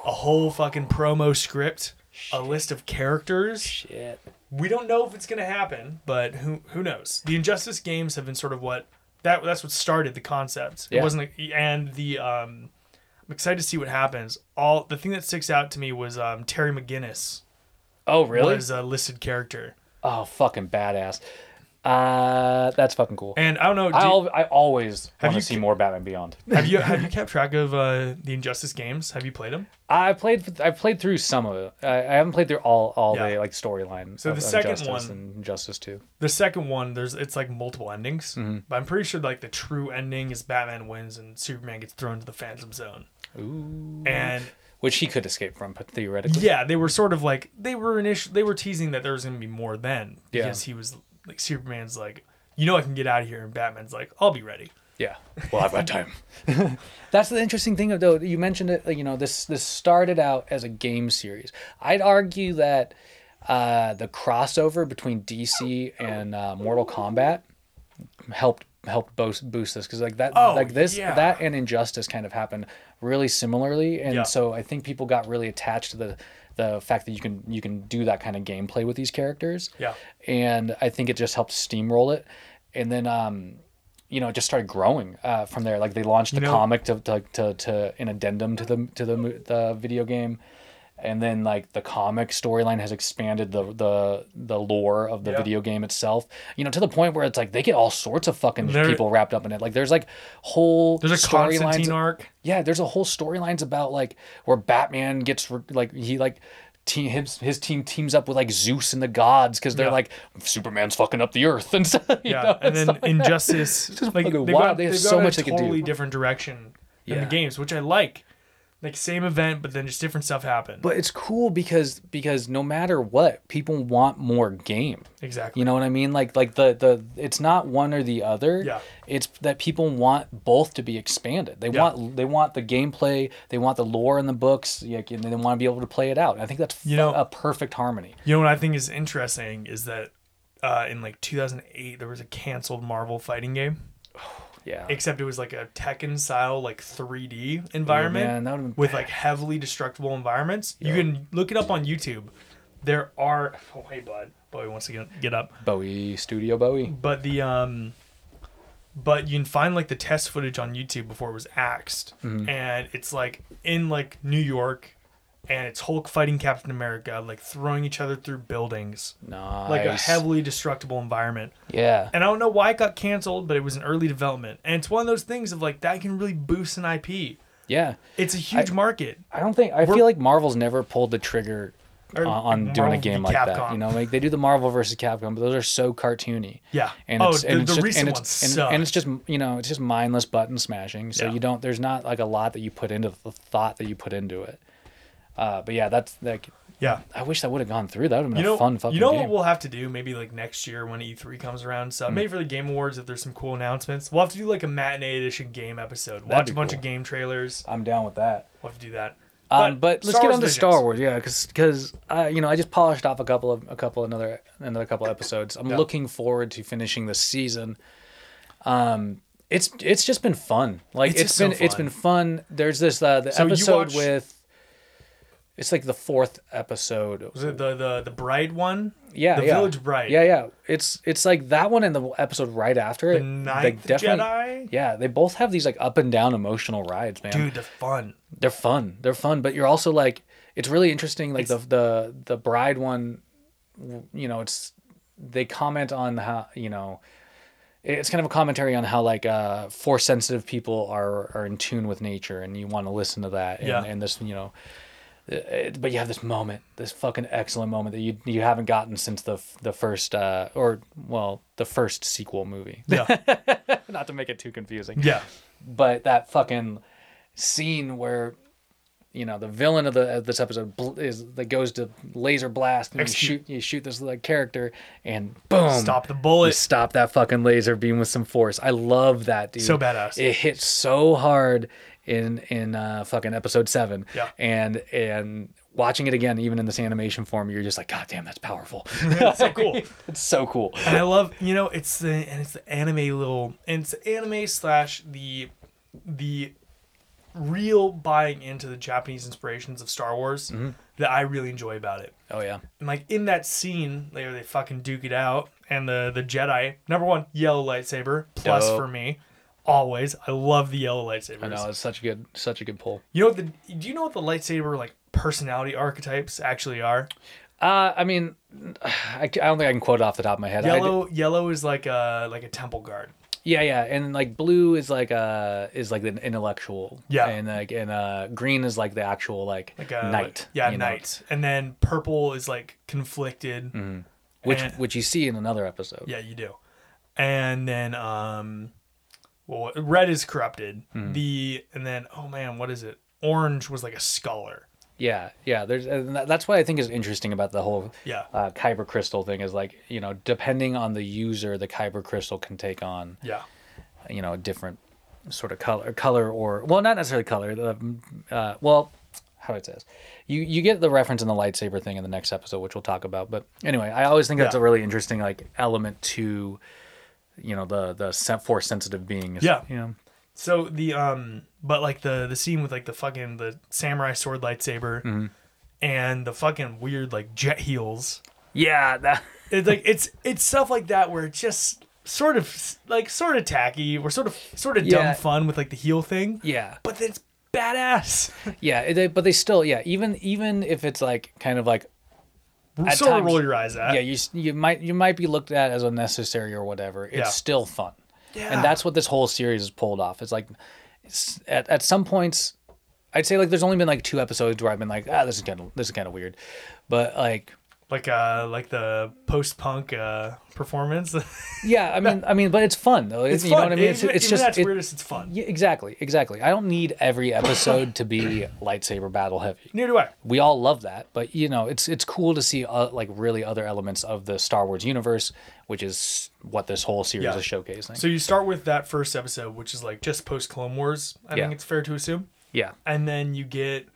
S3: A whole fucking promo script, a list of characters.
S2: Shit.
S3: We don't know if it's gonna happen, but who who knows? The Injustice games have been sort of what that that's what started the concept. It
S2: Yeah.
S3: wasn't a, and the um I'm excited to see what happens. All the thing that sticks out to me was um Terry McGinnis
S2: Oh, really?
S3: was a listed character.
S2: Oh, fucking badass. Uh, that's fucking cool.
S3: And I don't know, do
S2: I,
S3: you,
S2: al- I always
S3: Have
S2: want
S3: you
S2: to see more Batman Beyond. [laughs]
S3: have you have you kept track of uh the Injustice games? Have you played them?
S2: I played I played through some of it. I, I haven't played through all all
S3: Yeah.
S2: the like storyline.
S3: So
S2: of
S3: the second
S2: Injustice
S3: one-
S2: and Justice Two.
S3: The second one, there's it's like multiple endings,
S2: Mm-hmm.
S3: but I'm pretty sure like the true ending is Batman wins and Superman gets thrown to the Phantom Zone.
S2: Ooh.
S3: And
S2: Which he could escape from, but theoretically.
S3: Yeah, they were sort of like they were initial. They were teasing that there was gonna be more then
S2: Yeah.
S3: because he was like Superman's like, you know, I can get out of here, and Batman's like, I'll be ready. [laughs]
S2: Yeah. Well, I've got time. [laughs] That's the interesting thing, though. You mentioned it. You know, this this started out as a game series. I'd argue that uh, the crossover between DC and uh, Mortal Kombat helped helped boost boost this because like that
S3: Oh,
S2: like this
S3: yeah.
S2: that and Injustice kind of happened really similarly, and
S3: Yeah.
S2: so I think people got really attached to the the fact that you can you can do that kind of gameplay with these characters
S3: Yeah.
S2: and I think it just helped steamroll it. And then, um, you know, it just started growing uh, from there. Like they launched the
S3: know-
S2: comic to, to, to, to an addendum to the to the, mo- the video game, and then like the comic storyline has expanded the the the lore of the
S3: Yeah.
S2: video game itself. You know, to the point where it's like they get all sorts of fucking
S3: There-
S2: people wrapped up in it. Like there's like whole
S3: There's a Constantine arc.
S2: yeah, there's a whole storylines about like where Batman gets re- like he like team his, his team teams up with like Zeus and the gods because they're
S3: Yeah.
S2: like Superman's fucking up the earth [laughs] and so, [laughs] you
S3: Yeah,
S2: know,
S3: and
S2: it's
S3: then
S2: like- [laughs]
S3: Injustice. like
S2: fucking
S3: they
S2: wild.
S3: got,
S2: They have
S3: they've
S2: so
S3: gone in
S2: much
S3: a
S2: they can do.
S3: Totally different direction in
S2: Yeah.
S3: the games, which I like. Like same event, but then just different stuff happened.
S2: but it's cool because because no matter what, people want more game.
S3: exactly.
S2: You know what I mean? Like like the the it's not one or the other.
S3: Yeah.
S2: It's that people want both to be expanded. They
S3: Yeah.
S2: want they want the gameplay, they want the lore in the books, like, and they want to be able to play it out. I think that's
S3: You
S2: fu-
S3: know-
S2: a perfect harmony.
S3: You know what I think is interesting is that uh, in like 2008 there was a canceled Marvel fighting game.
S2: Yeah.
S3: except it was like a Tekken style like 3D environment
S2: Oh, man, that would've been
S3: with like heavily destructible environments. You can look it up on YouTube. There are oh hey bud, Bowie wants to get, get up.
S2: Bowie Studio Bowie.
S3: But the um but you can find like the test footage on YouTube before it was axed.
S2: Mm-hmm.
S3: And it's like in like New York and it's Hulk fighting Captain America, like throwing each other through buildings.
S2: Nice.
S3: Like a heavily destructible environment
S2: Yeah.
S3: and I don't know why it got canceled, but it was an early development, and it's one of those things of like that can really boost an IP.
S2: Yeah.
S3: It's a huge market.
S2: I don't think I feel like Marvel's never pulled the trigger
S3: Or
S2: on, on doing a
S3: Marvel
S2: game
S3: v.
S2: like that.
S3: Capcom.
S2: You know, like they do the Marvel versus Capcom, but those are so cartoony.
S3: Yeah.
S2: And
S3: oh,
S2: it's,
S3: the,
S2: and
S3: the
S2: it's just,
S3: recent
S2: and
S3: one
S2: it's, and,
S3: sucked.
S2: and it's just you know it's just mindless button smashing. So
S3: Yeah.
S2: you don't there's not like a lot that you put into the thought that you put into it. Uh, but yeah, that's like
S3: yeah.
S2: I wish that would have gone through. That would have been
S3: You know,
S2: a fun fucking
S3: you know
S2: game. Hmm.
S3: what we'll have to do? Maybe like next year when E3 comes around. So maybe for the Game Awards, if there's some cool announcements, we'll have to do like a matinee edition game episode. Watch
S2: be
S3: a bunch
S2: cool.
S3: of game trailers.
S2: I'm down with that.
S3: We'll have to do that.
S2: Um, but let's get
S3: Wars
S2: on to
S3: Visions.
S2: Star Wars, yeah, because uh, you know I just polished off a couple of a couple another another couple episodes. I'm looking forward to finishing this season. Um, it's it's just been fun. Like
S3: It's
S2: it's
S3: just so
S2: been it's
S3: fun.
S2: been fun. There's this uh, the
S3: So you
S2: episode
S3: watched-
S2: with. It's like the fourth episode.
S3: Was it the the the bride one?
S2: Yeah,
S3: the
S2: yeah.
S3: Village Bride.
S2: Yeah, yeah. It's it's like that one and the episode right after it.
S3: The
S2: they
S3: Ninth
S2: definitely-
S3: Jedi.
S2: Yeah, they both have these like up and down emotional rides, man
S3: Dude, the
S2: [laughs]
S3: fun.
S2: they're fun. They're fun, but you're also like it's really interesting. Like the the the bride one, w- you know, it's they comment on how you know it's kind of a commentary on how like uh force sensitive people are are in tune with nature and you want to listen to that and,
S3: Yeah.
S2: and this you know it, but you have this moment this fucking excellent moment that you you haven't gotten since the f- the first uh or well the first sequel movie [laughs]
S3: Yeah,
S2: not to make it too confusing
S3: yeah,
S2: but that fucking scene where you know the villain of the of this episode bl- is that goes to laser blast and you
S3: Execute.
S2: shoot you shoot this like character and boom
S3: Stop the
S2: you
S3: bullet.
S2: [laughs] stop that fucking laser beam with some force I love that dude
S3: So badass.
S2: it hit so hard in in uh, fucking episode seven
S3: Yeah.
S2: and and watching it again even in this animation form you're just like god damn that's powerful [laughs]
S3: It's so cool.
S2: it's so cool
S3: And I love, you know, it's the and it's the anime little and it's anime slash the the real buying into the Japanese inspirations of Star Wars
S2: Mm-hmm.
S3: that I really enjoy about it.
S2: oh yeah
S3: And like in that scene later they fucking duke it out and the the Jedi, number one, yellow lightsaber, plus
S2: Dope.
S3: for me. Always. I love the yellow lightsabers.
S2: I know it's such a good such a good pull
S3: You know what the do you know what the lightsaber like personality archetypes actually are?
S2: Uh, I mean, [sighs] I, I don't think I can quote it off the top of my head. I d-
S3: Yellow yellow is like a like a temple guard.
S2: yeah, yeah, and like blue is like uh is like an intellectual.
S3: Yeah.
S2: and like and uh green is like the actual like,
S3: like a
S2: knight.
S3: yeah,
S2: you know,
S3: knight. And then purple is like conflicted.
S2: Mm-hmm. which
S3: and-
S2: which you see in another episode.
S3: Yeah, you do. And then um, well, red is corrupted.
S2: Mm-hmm.
S3: The and then oh man, what is it? Orange was like a scholar.
S2: yeah, yeah. There's and that- that's what I think is interesting about the whole
S3: Yeah.
S2: uh, kyber crystal thing is like you know depending on the user, the kyber crystal can take on
S3: Yeah,
S2: you know a different sort of color color or well not necessarily color the uh, well how do I say this you you get the reference in the lightsaber thing in the next episode which we'll talk about but anyway i always think that's
S3: Yeah.
S2: a really interesting like element to you know the the sen- force sensitive being is,
S3: Yeah.
S2: you know
S3: So the um, but like the the scene with like the fucking the samurai sword lightsaber.
S2: Mm-hmm.
S3: And the fucking weird like jet heels.
S2: yeah that [laughs]
S3: It's like it's it's stuff like that where it's just sort of like sort of tacky. We're sort of sort of
S2: Yeah.
S3: dumb fun with like the heel thing.
S2: yeah
S3: but then it's badass.
S2: yeah they, but they still yeah even even if it's like kind of like At
S3: sort
S2: times-
S3: of roll your eyes at.
S2: yeah you s- you might you might be looked at as unnecessary or whatever it's
S3: Yeah.
S2: still fun
S3: Yeah.
S2: and that's what this whole series is pulled off it's like s- at, at some points i'd say like there's only been like two episodes where i've been like ah this is kind of this is kind of weird but like
S3: like uh like the post punk uh performance. [laughs] it's
S2: yeah i mean i mean but it's fun though it's you know
S3: fun.
S2: what i mean it's,
S3: It's, even,
S2: it's
S3: even
S2: just
S3: that's
S2: it-
S3: weirdest. It's fun.
S2: yeah, exactly exactly i don't need every episode to be lightsaber battle heavy
S3: Neither do I.
S2: we all love that but you know it's it's cool to see uh, like really other elements of the star wars universe which is what this whole series
S3: Yeah.
S2: is showcasing
S3: So you start with that first episode, which is like just post Clone Wars. I
S2: Yeah.
S3: think it's fair to assume,
S2: yeah
S3: and then you get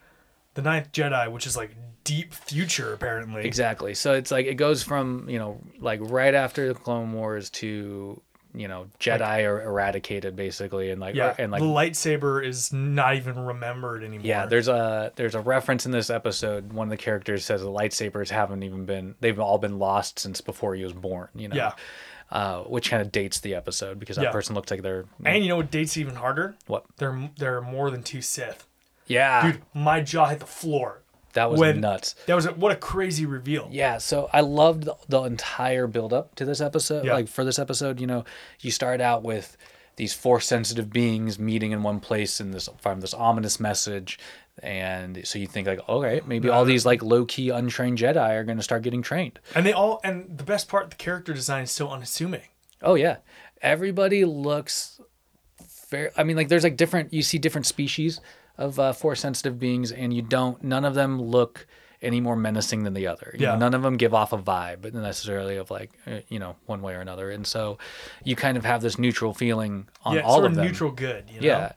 S3: the Ninth Jedi, which is like deep future apparently.
S2: Exactly. So it's like it goes from you know like right after the Clone Wars to you know Jedi are eradicated basically, and like
S3: Yeah,
S2: and like
S3: the lightsaber is not even remembered anymore.
S2: yeah. There's a there's a reference in this episode. One of the characters says the lightsabers haven't even been they've all been lost since before he was born. You know.
S3: Yeah.
S2: Uh, which kind of dates the episode because that
S3: Yeah.
S2: person looks like they're
S3: and you know what dates even harder?
S2: what?
S3: There, there are more than two Sith.
S2: Yeah,
S3: Dude, my jaw hit the floor.
S2: Ah. that was
S3: when-
S2: nuts.
S3: That was a, what a crazy reveal.
S2: Yeah, so I loved the, the entire build up to this episode.
S3: Yeah.
S2: Like for this episode, you know, you start out with these force sensitive beings meeting in one place in this from this ominous message. And so you think like, okay, maybe all these like low key untrained Jedi are going to start getting trained.
S3: And they all and the best part, the character design is so unassuming.
S2: Oh yeah, everybody looks fair. I mean, like there's like different. You see different species of uh, force sensitive beings, and you don't. None of them look any more menacing than the other. You know,
S3: Yeah.
S2: none of them give off a vibe necessarily of like eh, you know one way or another, and so you kind of have this neutral feeling on
S3: yeah,
S2: all
S3: sort
S2: of
S3: of
S2: them.
S3: neutral good. You know?
S2: Yeah,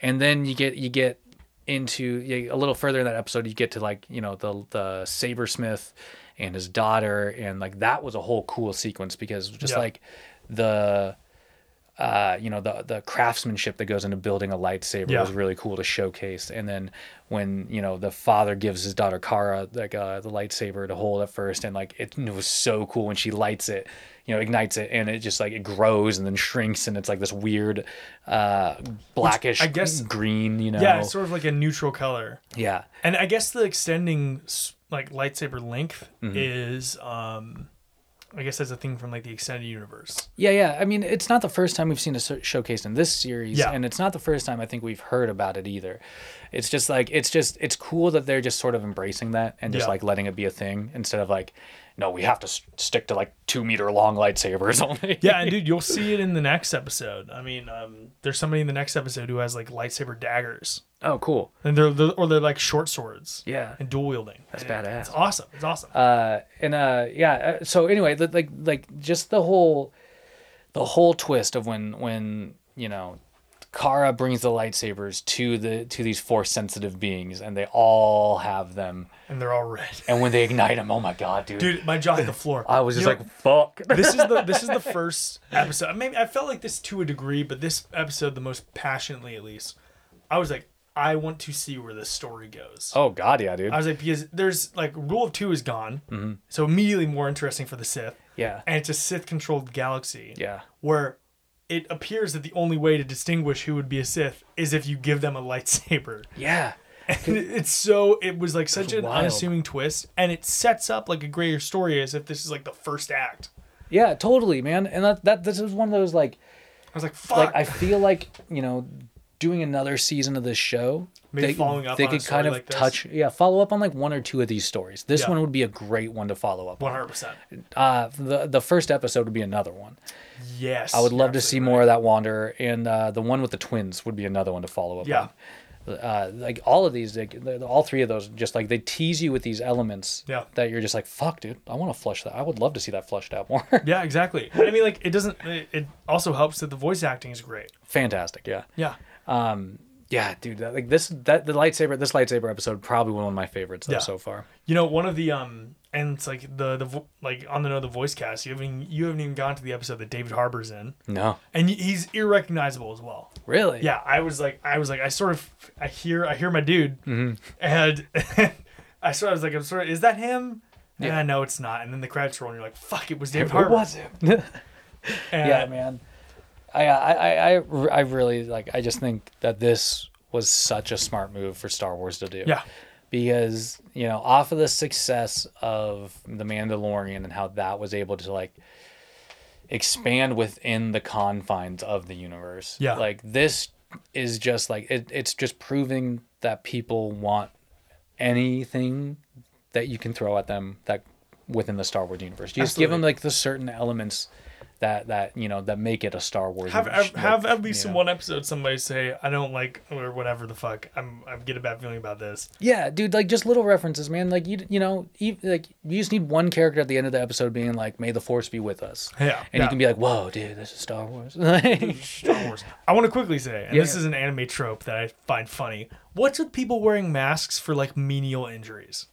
S2: and then you get you get into yeah, a little further in that episode. You get to like you know the the sabersmith and his daughter, and like that was a whole cool sequence because just
S3: Yeah.
S2: like the uh, you know the the craftsmanship that goes into building a lightsaber
S3: Yeah.
S2: was really cool to showcase. And then when you know the father gives his daughter Kara like uh, the lightsaber to hold at first, and like it, was so cool when she lights it, you know, ignites it, and it just like it grows and then shrinks, and it's like this weird uh, blackish
S3: I guess-
S2: green, you know,
S3: Yeah, it's sort of like a neutral color.
S2: yeah,
S3: And I guess the extending s- like lightsaber length
S2: Mm-hmm.
S3: is um I guess that's a thing from like the
S2: [laughs]
S3: extended universe.
S2: Yeah, yeah. I mean, it's not the first time we've seen it so- showcased in this series,
S3: Yeah.
S2: and it's not the first time I think we've heard about it either. It's just like it's just it's cool that they're just sort of embracing that and just
S3: Yeah.
S2: like letting it be a thing instead of like, no, we have to s stick to like two meter long [laughs] lightsabers only.
S3: Yeah, and dude, you'll see it in the next episode. I mean, um there's somebody in the next episode who has like lightsaber daggers.
S2: oh, cool.
S3: And they're, they're or they're like short swords.
S2: Yeah.
S3: And dual wielding.
S2: That's
S3: And
S2: badass.
S3: It's awesome. It's awesome.
S2: uh and uh yeah uh, so anyway the, like like just the whole the whole twist of when when you know Kara brings the lightsabers to the to these force sensitive beings and they all have them
S3: and they're all red. [laughs]
S2: and when they ignite them oh my god dude,
S3: Dude, my jaw hit the floor.
S2: I was
S3: You
S2: just
S3: know,
S2: like [laughs] fuck
S3: this is the this is the first episode. Maybe I felt like this to a degree, but this episode the most passionately at least. I was like, I want to see where this story goes.
S2: oh god yeah dude
S3: I was like, because there's like rule of two is gone, so immediately more interesting for the Sith,
S2: Mm-hmm. yeah
S3: and it's a Sith controlled galaxy
S2: yeah
S3: where it appears that the only way to distinguish who would be a Sith is if you give them a lightsaber.
S2: yeah
S3: And it's so it was like such an
S2: wild.
S3: unassuming twist, and it sets up like a greater story as if this is like the first act.
S2: yeah totally man and that that this is one of those like
S3: I was like, fuck.
S2: like I feel like you know doing another season of this show
S3: Maybe
S2: they,
S3: following up
S2: they
S3: on a
S2: could kind
S3: story
S2: of
S3: like this.
S2: touch yeah follow up on like one or two of these stories this
S3: Yeah.
S2: one would be a great one to follow up
S3: One
S2: on
S3: hundred percent.
S2: uh the the first episode would be another one
S3: Yes.
S2: I would love to see more of that Wanderer, and uh, the one with the twins would be another one to follow up
S3: Yeah.
S2: on. Uh, like all of these, like the- the- all three of those, just like they tease you with these elements
S3: Yeah.
S2: that you're just like, "Fuck, dude, I want to flush that. I would love to see that flushed out more." [laughs]
S3: Yeah, exactly. I mean, like it doesn't. It, it also helps that the voice acting is great.
S2: Fantastic, yeah.
S3: Yeah.
S2: Yeah, dude, that, like this that the lightsaber this lightsaber episode probably one of my favorites though,
S3: Yeah.
S2: so far.
S3: You know, one of the um, and it's like the the vo- like on the note of the voice cast. You haven't you haven't even gone to the episode that David Harbour's in,
S2: No,
S3: and y- he's irrecognizable as well.
S2: really?
S3: Yeah, I was like, I was like, I sort of, I hear, I hear my dude, and [laughs] I sort of I was like, I'm sort of, is that him? Yeah.
S2: Yeah.
S3: And no, it's not. And then the credits roll, and you're like, fuck, it was David
S2: Who
S3: Harbour.
S2: was it? [laughs]
S3: And-
S2: yeah, man. I, I I I I really like. I just think that this was such a smart move for Star Wars to do.
S3: Yeah.
S2: Because you know, off of the success of the Mandalorian and how that was able to like expand within the confines of the universe.
S3: Yeah.
S2: Like this is just like it, it's just proving that people want anything that you can throw at them that within the Star Wars universe. You just give them
S3: Absolutely.
S2: like the certain elements that that you know that make it a Star Wars.
S3: Have
S2: universe,
S3: have, have
S2: like,
S3: at least
S2: you
S3: in
S2: know.
S3: one episode somebody say I don't like or whatever the fuck I'm I get a bad feeling about this.
S2: Yeah, dude, like just little references, man. Like you, you know, e like you just need one character at the end of the episode being like, "May the Force be with us."
S3: Yeah,
S2: and
S3: yeah.
S2: you can be like, "Whoa, dude, this is Star Wars." [laughs]
S3: Star Wars. I want to quickly say, and
S2: Yeah,
S3: this
S2: yeah.
S3: is an anime trope that I find funny. What's with people wearing masks for like menial injuries?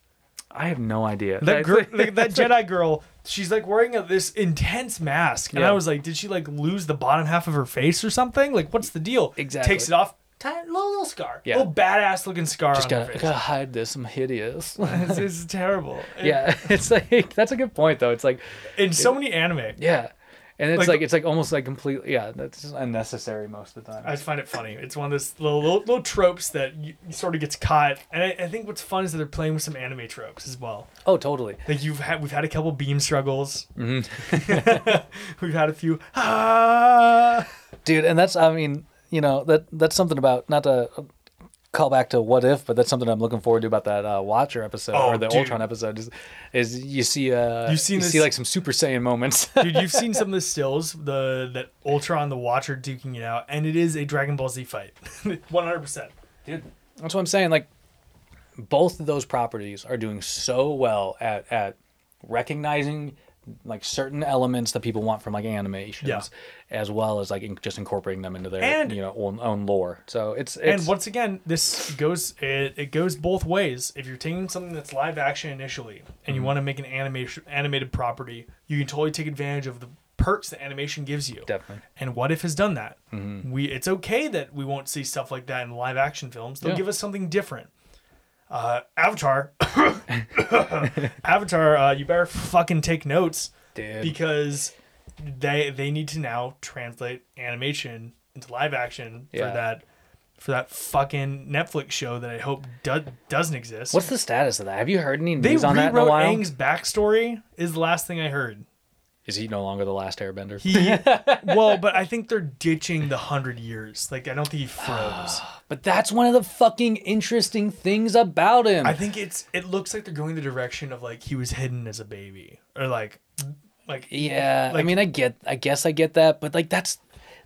S2: I have no idea.
S3: That girl, [laughs] like, that Jedi girl, she's like wearing a, this intense mask, and
S2: Yeah.
S3: I was like, did she like lose the bottom half of her face or something? Like, what's the deal?
S2: Exactly.
S3: Takes it off. Tiny, little, little scar.
S2: Yeah.
S3: Little badass looking scar
S2: Just
S3: on
S2: [laughs]
S3: her
S2: gotta,
S3: face.
S2: gotta hide this. I'm
S3: [laughs]
S2: hideous. [laughs]
S3: This is terrible.
S2: yeah, [laughs] it's like that's a good point though. It's like
S3: In so many anime,
S2: yeah, and it's like,
S3: Like-
S2: it's like almost like completely yeah. That's just unnecessary most of the time.
S3: I just find it funny. It's one of those little little, little tropes that you, you sort of gets caught. And I, I think what's fun is that they're playing with some anime tropes as well.
S2: oh, totally.
S3: Like you've had, we've had a couple beam struggles.
S2: Mm-hmm.
S3: [laughs] we've had a few. Ah!
S2: dude and that's i mean you know that that's something about not to call back to what if, but that's something I'm looking forward to about that uh, Watcher episode
S3: Oh,
S2: or the
S3: dude.
S2: Ultron episode is, is you see uh
S3: You've seen
S2: you
S3: this-
S2: see like some Super Saiyan moments. [laughs]
S3: Dude, you've seen some of the stills, the that Ultron, the Watcher duking it out, and it is a Dragon Ball Z fight, [laughs] one hundred percent.
S2: Dude, that's what I'm saying. Like, both of those properties are doing so well at at recognizing like certain elements that people want from like animations,
S3: Yeah.
S2: as well as like in, just incorporating them into their
S3: And-
S2: you know own, own lore. So it's, it's
S3: And once again, this goes it, it goes both ways. If you're taking something that's live action initially, and you want to make an animation animated property, you can totally take advantage of the perks that animation gives you.
S2: definitely
S3: And what if has done that?
S2: Mm-hmm.
S3: We it's okay that we won't see stuff like that in live action films. They'll
S2: Yeah.
S3: give us something different. Uh, Avatar, [coughs] Avatar, uh, you better fucking take notes
S2: Dude.
S3: because they they need to now translate animation into live action
S2: Yeah.
S3: for that for that fucking Netflix show that I hope do- doesn't exist.
S2: What's the status of that? Have you heard any
S3: they
S2: news
S3: rewrote
S2: on that in a while?
S3: Aang's backstory is the last thing I heard.
S2: Is he no longer the last Airbender? [laughs]
S3: He well, but I think they're ditching the hundred years. Like I don't think he froze.
S2: but that's one of the fucking interesting things about him.
S3: I think it's it looks like they're going the direction of like he was hidden as a baby or like like
S2: Yeah, I
S3: Like-
S2: mean, I get, I guess I get that, but like that's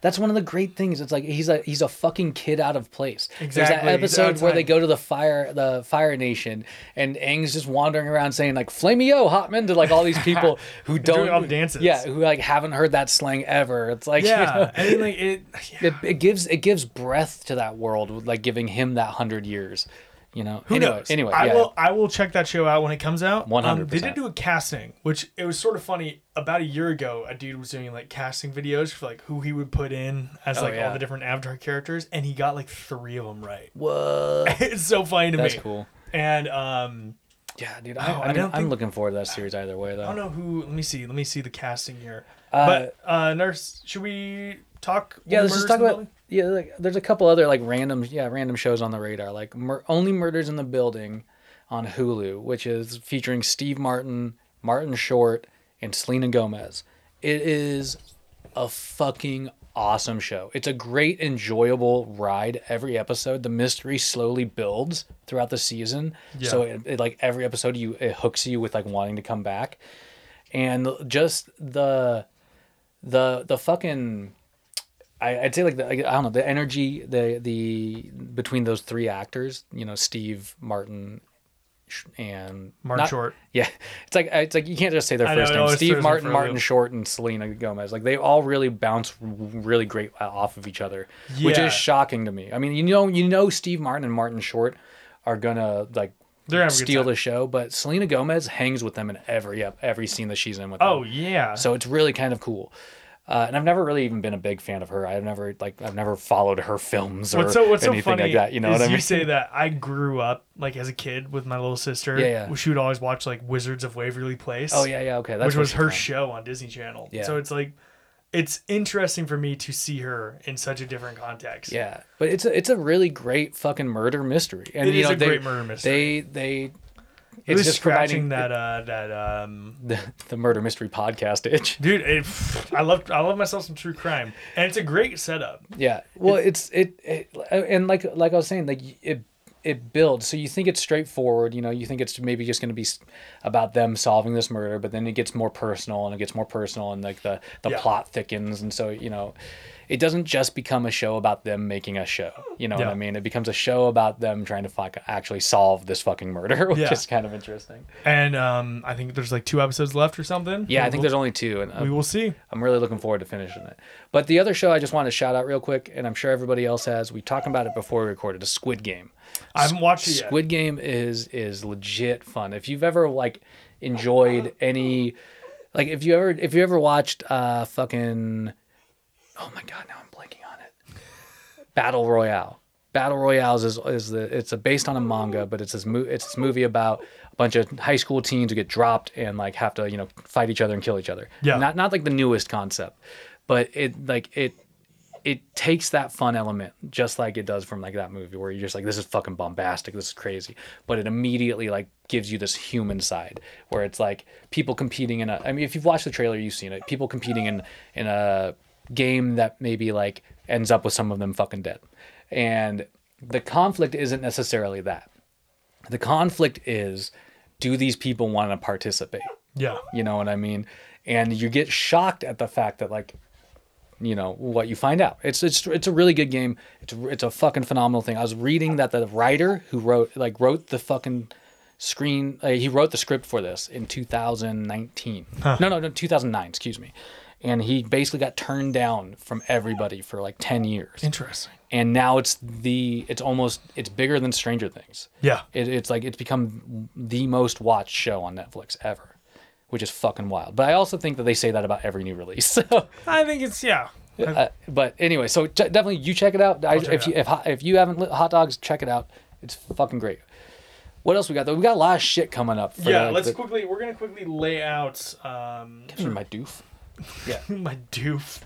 S2: that's one of the great things. It's like he's a he's a fucking kid out of place.
S3: Exactly, he's
S2: There's that
S3: out
S2: episode
S3: of
S2: where they
S3: time.
S2: go to the fire the Fire Nation, and Aang's just wandering around saying like "Flameo, Hotman" to like all these
S3: [laughs]
S2: people who don't
S3: doing all the dances.
S2: Yeah, who like haven't heard that slang ever. It's like you know,
S3: [laughs] yeah. I mean like
S2: [laughs]
S3: it. Yeah.
S2: it, it gives it gives breath to that world, with, like giving him that hundred years. You know.
S3: Who
S2: anyway,
S3: knows?
S2: Anyway,
S3: I
S2: yeah.
S3: will I will check that show out when it comes out. Um, they
S2: 100%.
S3: did do a casting, which it was sort of funny. About a year ago, a dude was doing like casting videos for like who he would put in as like
S2: Oh, yeah.
S3: all the different Avatar characters, and he got like three of them right. [laughs]
S2: Whoa,
S3: it's so funny to
S2: that's
S3: me.
S2: cool.
S3: And um,
S2: Yeah, dude. I,
S3: Oh,
S2: I
S3: I
S2: mean,
S3: don't
S2: I'm
S3: think- Oh,
S2: looking forward to that series either way, though.
S3: I don't know who. Let me see. Let me see the casting here.
S2: Uh,
S3: but uh, nurse, should we talk?
S2: Yeah,
S3: Only
S2: let's just
S3: Murders
S2: talk
S3: in the
S2: about
S3: Building?
S2: yeah. Like, there's a couple other like random yeah random shows on the radar, like mur- only murders in the building on Hulu, which is featuring Steve Martin, Martin Short, and Selena Gomez. It is a fucking awesome show. It's a great, enjoyable ride every episode. The mystery slowly builds throughout the season, so
S3: Yeah.
S2: it, it like every episode you it hooks you with like wanting to come back, and just the the the fucking I, I'd say like the, like, I don't know the energy the the between those three actors you know Steve Martin Sh- and
S3: Martin
S2: not-
S3: Short.
S2: yeah it's like it's like you can't just say their
S3: I know,
S2: first
S3: it
S2: name
S3: always
S2: Steve
S3: throws me
S2: Martin
S3: for a
S2: Martin
S3: loop.
S2: Short and Selena Gomez like they all really bounce r- really great uh, off of each other which
S3: Yeah.
S2: is shocking to me I mean you know you know Steve Martin and Martin Short are gonna like
S3: They're having a good
S2: steal
S3: time.
S2: the show but Selena Gomez hangs with them in every ep- every scene that she's in with them.
S3: Oh yeah.
S2: So it's really kind of cool. Uh, and I've never really even been a big fan of her. I've never like I've never followed her films or
S3: what's so what's so
S2: anything
S3: funny
S2: like that. You know
S3: is
S2: what I mean?
S3: you say that I grew up like as a kid with my little sister.
S2: Yeah, yeah.
S3: She would always watch like Wizards of Waverly Place.
S2: oh yeah, yeah, okay. That's
S3: which
S2: what
S3: was
S2: she's
S3: her
S2: from.
S3: show on Disney Channel.
S2: Yeah.
S3: So it's like it's interesting for me to see her in such a different context.
S2: Yeah, but it's a it's a really great fucking murder mystery. And
S3: It
S2: you
S3: is
S2: know
S3: a
S2: they
S3: great murder
S2: they
S3: mystery.
S2: they
S3: It was
S2: it's just providing
S3: scratching that uh that um
S2: the, [laughs] the murder mystery podcast itch.
S3: dude it, [sighs] I love I love myself some true crime and it's a great setup.
S2: Yeah. Well, it's it, it and like like I was saying, like it it builds. So you think it's straightforward, you know, you think it's maybe just going to be s- about them solving this murder, but then it gets more personal and it gets more personal and like the the
S3: Yeah.
S2: plot thickens and so, you know, it doesn't just become a show about them making a show. You know what
S3: Yeah.
S2: I mean? It becomes a show about them trying to fuck, actually solve this fucking murder, [laughs] which
S3: Yeah.
S2: is kind of interesting.
S3: And um I think there's like two episodes left or something.
S2: Yeah, I think
S3: We'll-
S2: there's only two, and uh,
S3: we
S2: I'm,
S3: will see.
S2: I'm really looking forward to finishing it. But the other show I just want to shout out real quick, and I'm sure everybody else has. We talked about it before we recorded. A Squid Game.
S3: I haven't watched it yet.
S2: Squid Game is is legit fun. If you've ever like enjoyed any, like if you ever if you ever watched uh fucking, oh my god, now I'm blanking on it. Battle Royale. Battle Royales is is the it's a, based on a manga, but it's this mo- it's this movie about a bunch of high school teens who get dropped and like have to you know fight each other and kill each other.
S3: Yeah.
S2: Not not like the newest concept, but it like it it takes that fun element just like it does from like that movie where you're just like this is fucking bombastic this is crazy but it immediately like gives you this human side where it's like people competing in a i mean if you've watched the trailer you've seen it people competing in in a game that maybe like ends up with some of them fucking dead and the conflict isn't necessarily that. The conflict is do these people want to participate?
S3: Yeah.
S2: You know what I mean? And you get shocked at the fact that like you know what you find out. It's it's it's a really good game. It's it's a fucking phenomenal thing. I was reading that the writer who wrote like wrote the fucking screen uh, he wrote the script for this in 2019. No, no, no, 2009, excuse me. And he basically got turned down from everybody for like 10 years.
S3: Interesting.
S2: And now it's the it's almost it's bigger than Stranger Things.
S3: Yeah.
S2: It, it's like it's become the most watched show on Netflix ever, which is fucking wild. But I also think that they say that about every new release. [laughs] So,
S3: I think it's yeah. I-
S2: uh, but anyway, so ch- definitely you check it out. I,
S3: check
S2: if
S3: it
S2: you if hot, if you haven't lit hot dogs, check it out. It's fucking great. What else we got though? We got a lot of shit coming up. For
S3: yeah,
S2: the-
S3: let's
S2: the-
S3: quickly. We're gonna quickly lay out um, [laughs]
S2: Give me my doof.
S3: my doof.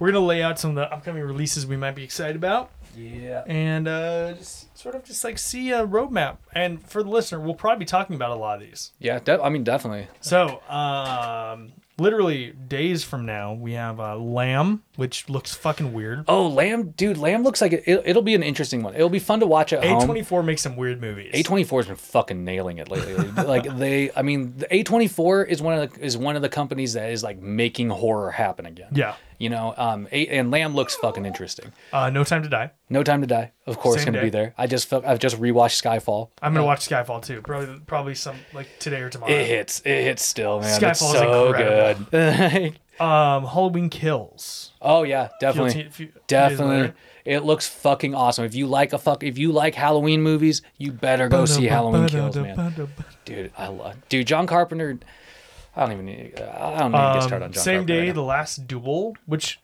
S3: We're gonna lay out some of the upcoming releases we might be excited about,
S2: Yeah.
S3: and uh, just sort of just like see a roadmap. And for the listener, we'll probably be talking about a lot of these.
S2: Yeah. De- I mean, definitely.
S3: So, um, literally days from now, we have uh, Lamb, which looks fucking weird.
S2: Oh, Lamb, dude, Lamb looks like it, it, it'll be an interesting one. It'll be fun to watch at home.
S3: A24 makes some weird movies.
S2: A24 has been fucking nailing it lately.
S3: [laughs]
S2: like they, I mean, the A24 is one of the, is one of the companies that is like making horror happen again.
S3: Yeah.
S2: You know, um, a, and Lamb looks fucking interesting.
S3: Uh, no Time to Die.
S2: No Time to Die, of course, going
S3: Same
S2: to
S3: day.
S2: be there. I just felt, I've just rewatched Skyfall.
S3: I'm gonna watch Skyfall too. Probably, probably some like today or tomorrow.
S2: It hits, it hits still, man. Skyfall's
S3: Skyfall's
S2: so good. [laughs]
S3: Um, Halloween Kills.
S2: oh yeah, definitely.
S3: Guilty- few- few days
S2: Definitely.
S3: later.
S2: It looks fucking awesome. If you like a fuck, if you like Halloween movies, you better go Oh, see Halloween Kills, man. Dude, I love. Dude, John Carpenter. I don't even need. I don't need to get started on
S3: Um,
S2: John
S3: same
S2: Carpenter
S3: day,
S2: right now.
S3: the last duel, which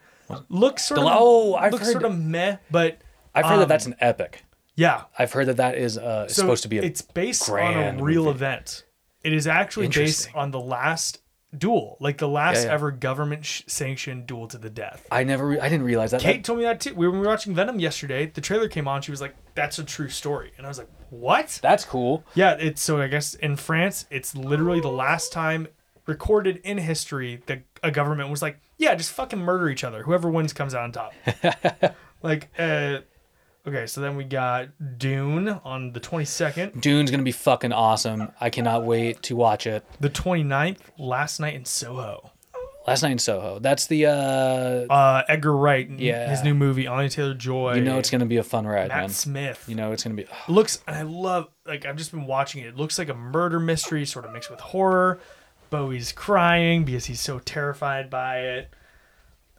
S3: looks sort
S2: The
S3: of
S2: la- oh, I've
S3: looks
S2: heard-
S3: sort of meh, but
S2: I've heard
S3: um,
S2: that that's an epic.
S3: yeah,
S2: I've heard that that is uh, it's
S3: So
S2: supposed to be a.
S3: it's based on
S2: grand
S3: a real
S2: movie.
S3: event. It is actually based
S2: Interesting.
S3: on the last duel, like the last
S2: Yeah, yeah.
S3: ever government sh- sanctioned duel to the death.
S2: I never. Re- I didn't realize that.
S3: Kate told me that too. We were watching Venom yesterday. The trailer came on. She was like, "That's a true story," and I was like, "What?"
S2: That's cool.
S3: Yeah, it's so I guess in France, it's literally the last time recorded in history that a government was like, yeah, just fucking murder each other. Whoever wins comes out
S2: [laughs]
S3: on top. like, uh, okay, so then we got Dune on the 22nd,
S2: Dune's gonna be fucking awesome. I cannot wait to watch it.
S3: the 29th, last night in Soho.
S2: Last night in Soho. That's the. uh
S3: Uh, Edgar Wright, and
S2: Yeah.
S3: his new movie, Anya Taylor Joy.
S2: You know it's gonna be a fun ride,
S3: Matt
S2: man.
S3: Smith.
S2: You know it's gonna be.
S3: looks and I love like I've just been watching it. It looks like a murder mystery sort of mixed with horror. Bowie's crying because he's so terrified by it.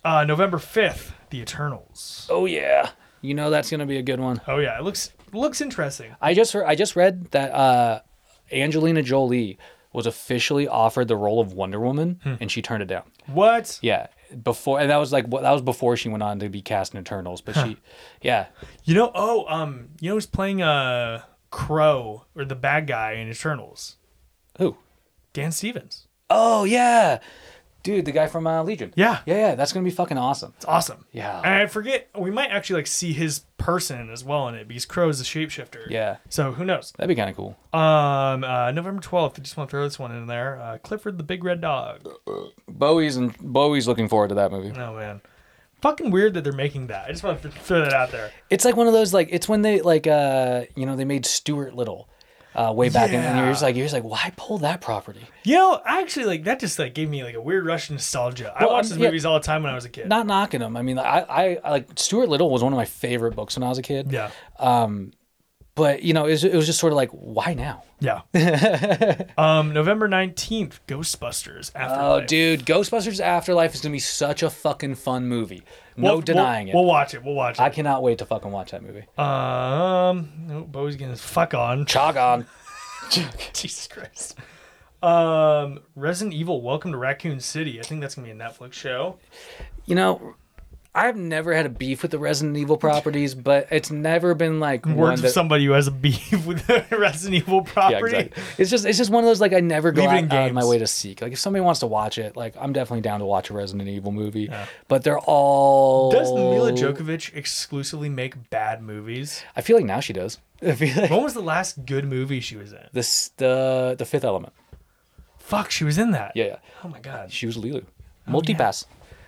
S3: Uh, November 5th, The Eternals.
S2: Oh yeah. You know that's gonna be a good one.
S3: Oh yeah, it looks looks interesting.
S2: I just heard, I just read that uh, Angelina Jolie was officially offered the role of Wonder Woman
S3: Hmm.
S2: and she turned it down.
S3: What?
S2: Yeah, before and that was like what that was before she went on to be cast in Eternals. But she, yeah,
S3: You know, oh, um, you know who's playing uh Crow or the bad guy in Eternals?
S2: who?
S3: Dan Stevens.
S2: Oh yeah, dude, the guy from uh, Legion.
S3: Yeah.
S2: yeah, yeah. That's gonna be fucking awesome.
S3: It's awesome.
S2: Yeah.
S3: And I forget we might actually like see his person as well in it because Crow is a shapeshifter.
S2: Yeah,
S3: So who knows?
S2: that'd be kind of cool.
S3: Um, uh, November twelfth. I just want to throw this one in there. Uh, Clifford the Big Red Dog.
S2: Bowie's and Bowie's looking forward to that movie.
S3: Oh man, fucking weird that they're making that. I just want to throw that out there.
S2: It's like one of those like it's when they like uh you know they made Stuart Little. Uh, way back, in, and you're just
S3: Yeah.
S2: like you're just like, why pull that property?
S3: You know, actually, like that just like gave me like a weird rush of nostalgia. I
S2: Well,
S3: watched
S2: um,
S3: these
S2: yeah.
S3: movies all the time when I was a kid.
S2: Not knocking them. I mean, I, I, I like Stuart Little was one of my favorite books when I was a kid.
S3: yeah,
S2: But you know, it was, it was just sort of like, why now? [laughs]
S3: yeah. um, November nineteenth, Ghostbusters.
S2: Oh,
S3: Afterlife.
S2: dude, Ghostbusters Afterlife is gonna be such a fucking fun movie. No
S3: We'll-
S2: denying
S3: we'll, We'll
S2: it.
S3: watch it. We'll watch
S2: I
S3: it.
S2: cannot wait to fucking watch that movie.
S3: um, no, Bowie's getting his fuck on. [laughs]
S2: Chog on.
S3: Jesus Christ. Um, Resident Evil: Welcome to Raccoon City. I think that's gonna be a Netflix show.
S2: You know, I've never had a beef with the Resident Evil properties, but it's never been like one
S3: words of
S2: that-
S3: somebody who has a beef [laughs] with the Resident Evil
S2: Yeah,
S3: property.
S2: exactly. It's just it's just one of those like I never go
S3: Leave it
S2: out,
S3: in
S2: out of my
S3: games.
S2: way to seek. Like if somebody wants to watch it, like I'm definitely down to watch a Resident Evil movie. But they're all
S3: Does
S2: Oh.
S3: Mila Djokovic exclusively make bad movies?
S2: I feel like now she does. [laughs] I feel like
S3: When was the last good movie she was in?
S2: this the the Fifth Element.
S3: Fuck, she was in that.
S2: Yeah, yeah.
S3: Oh my god. Oh,
S2: She was Lulu. Multipass.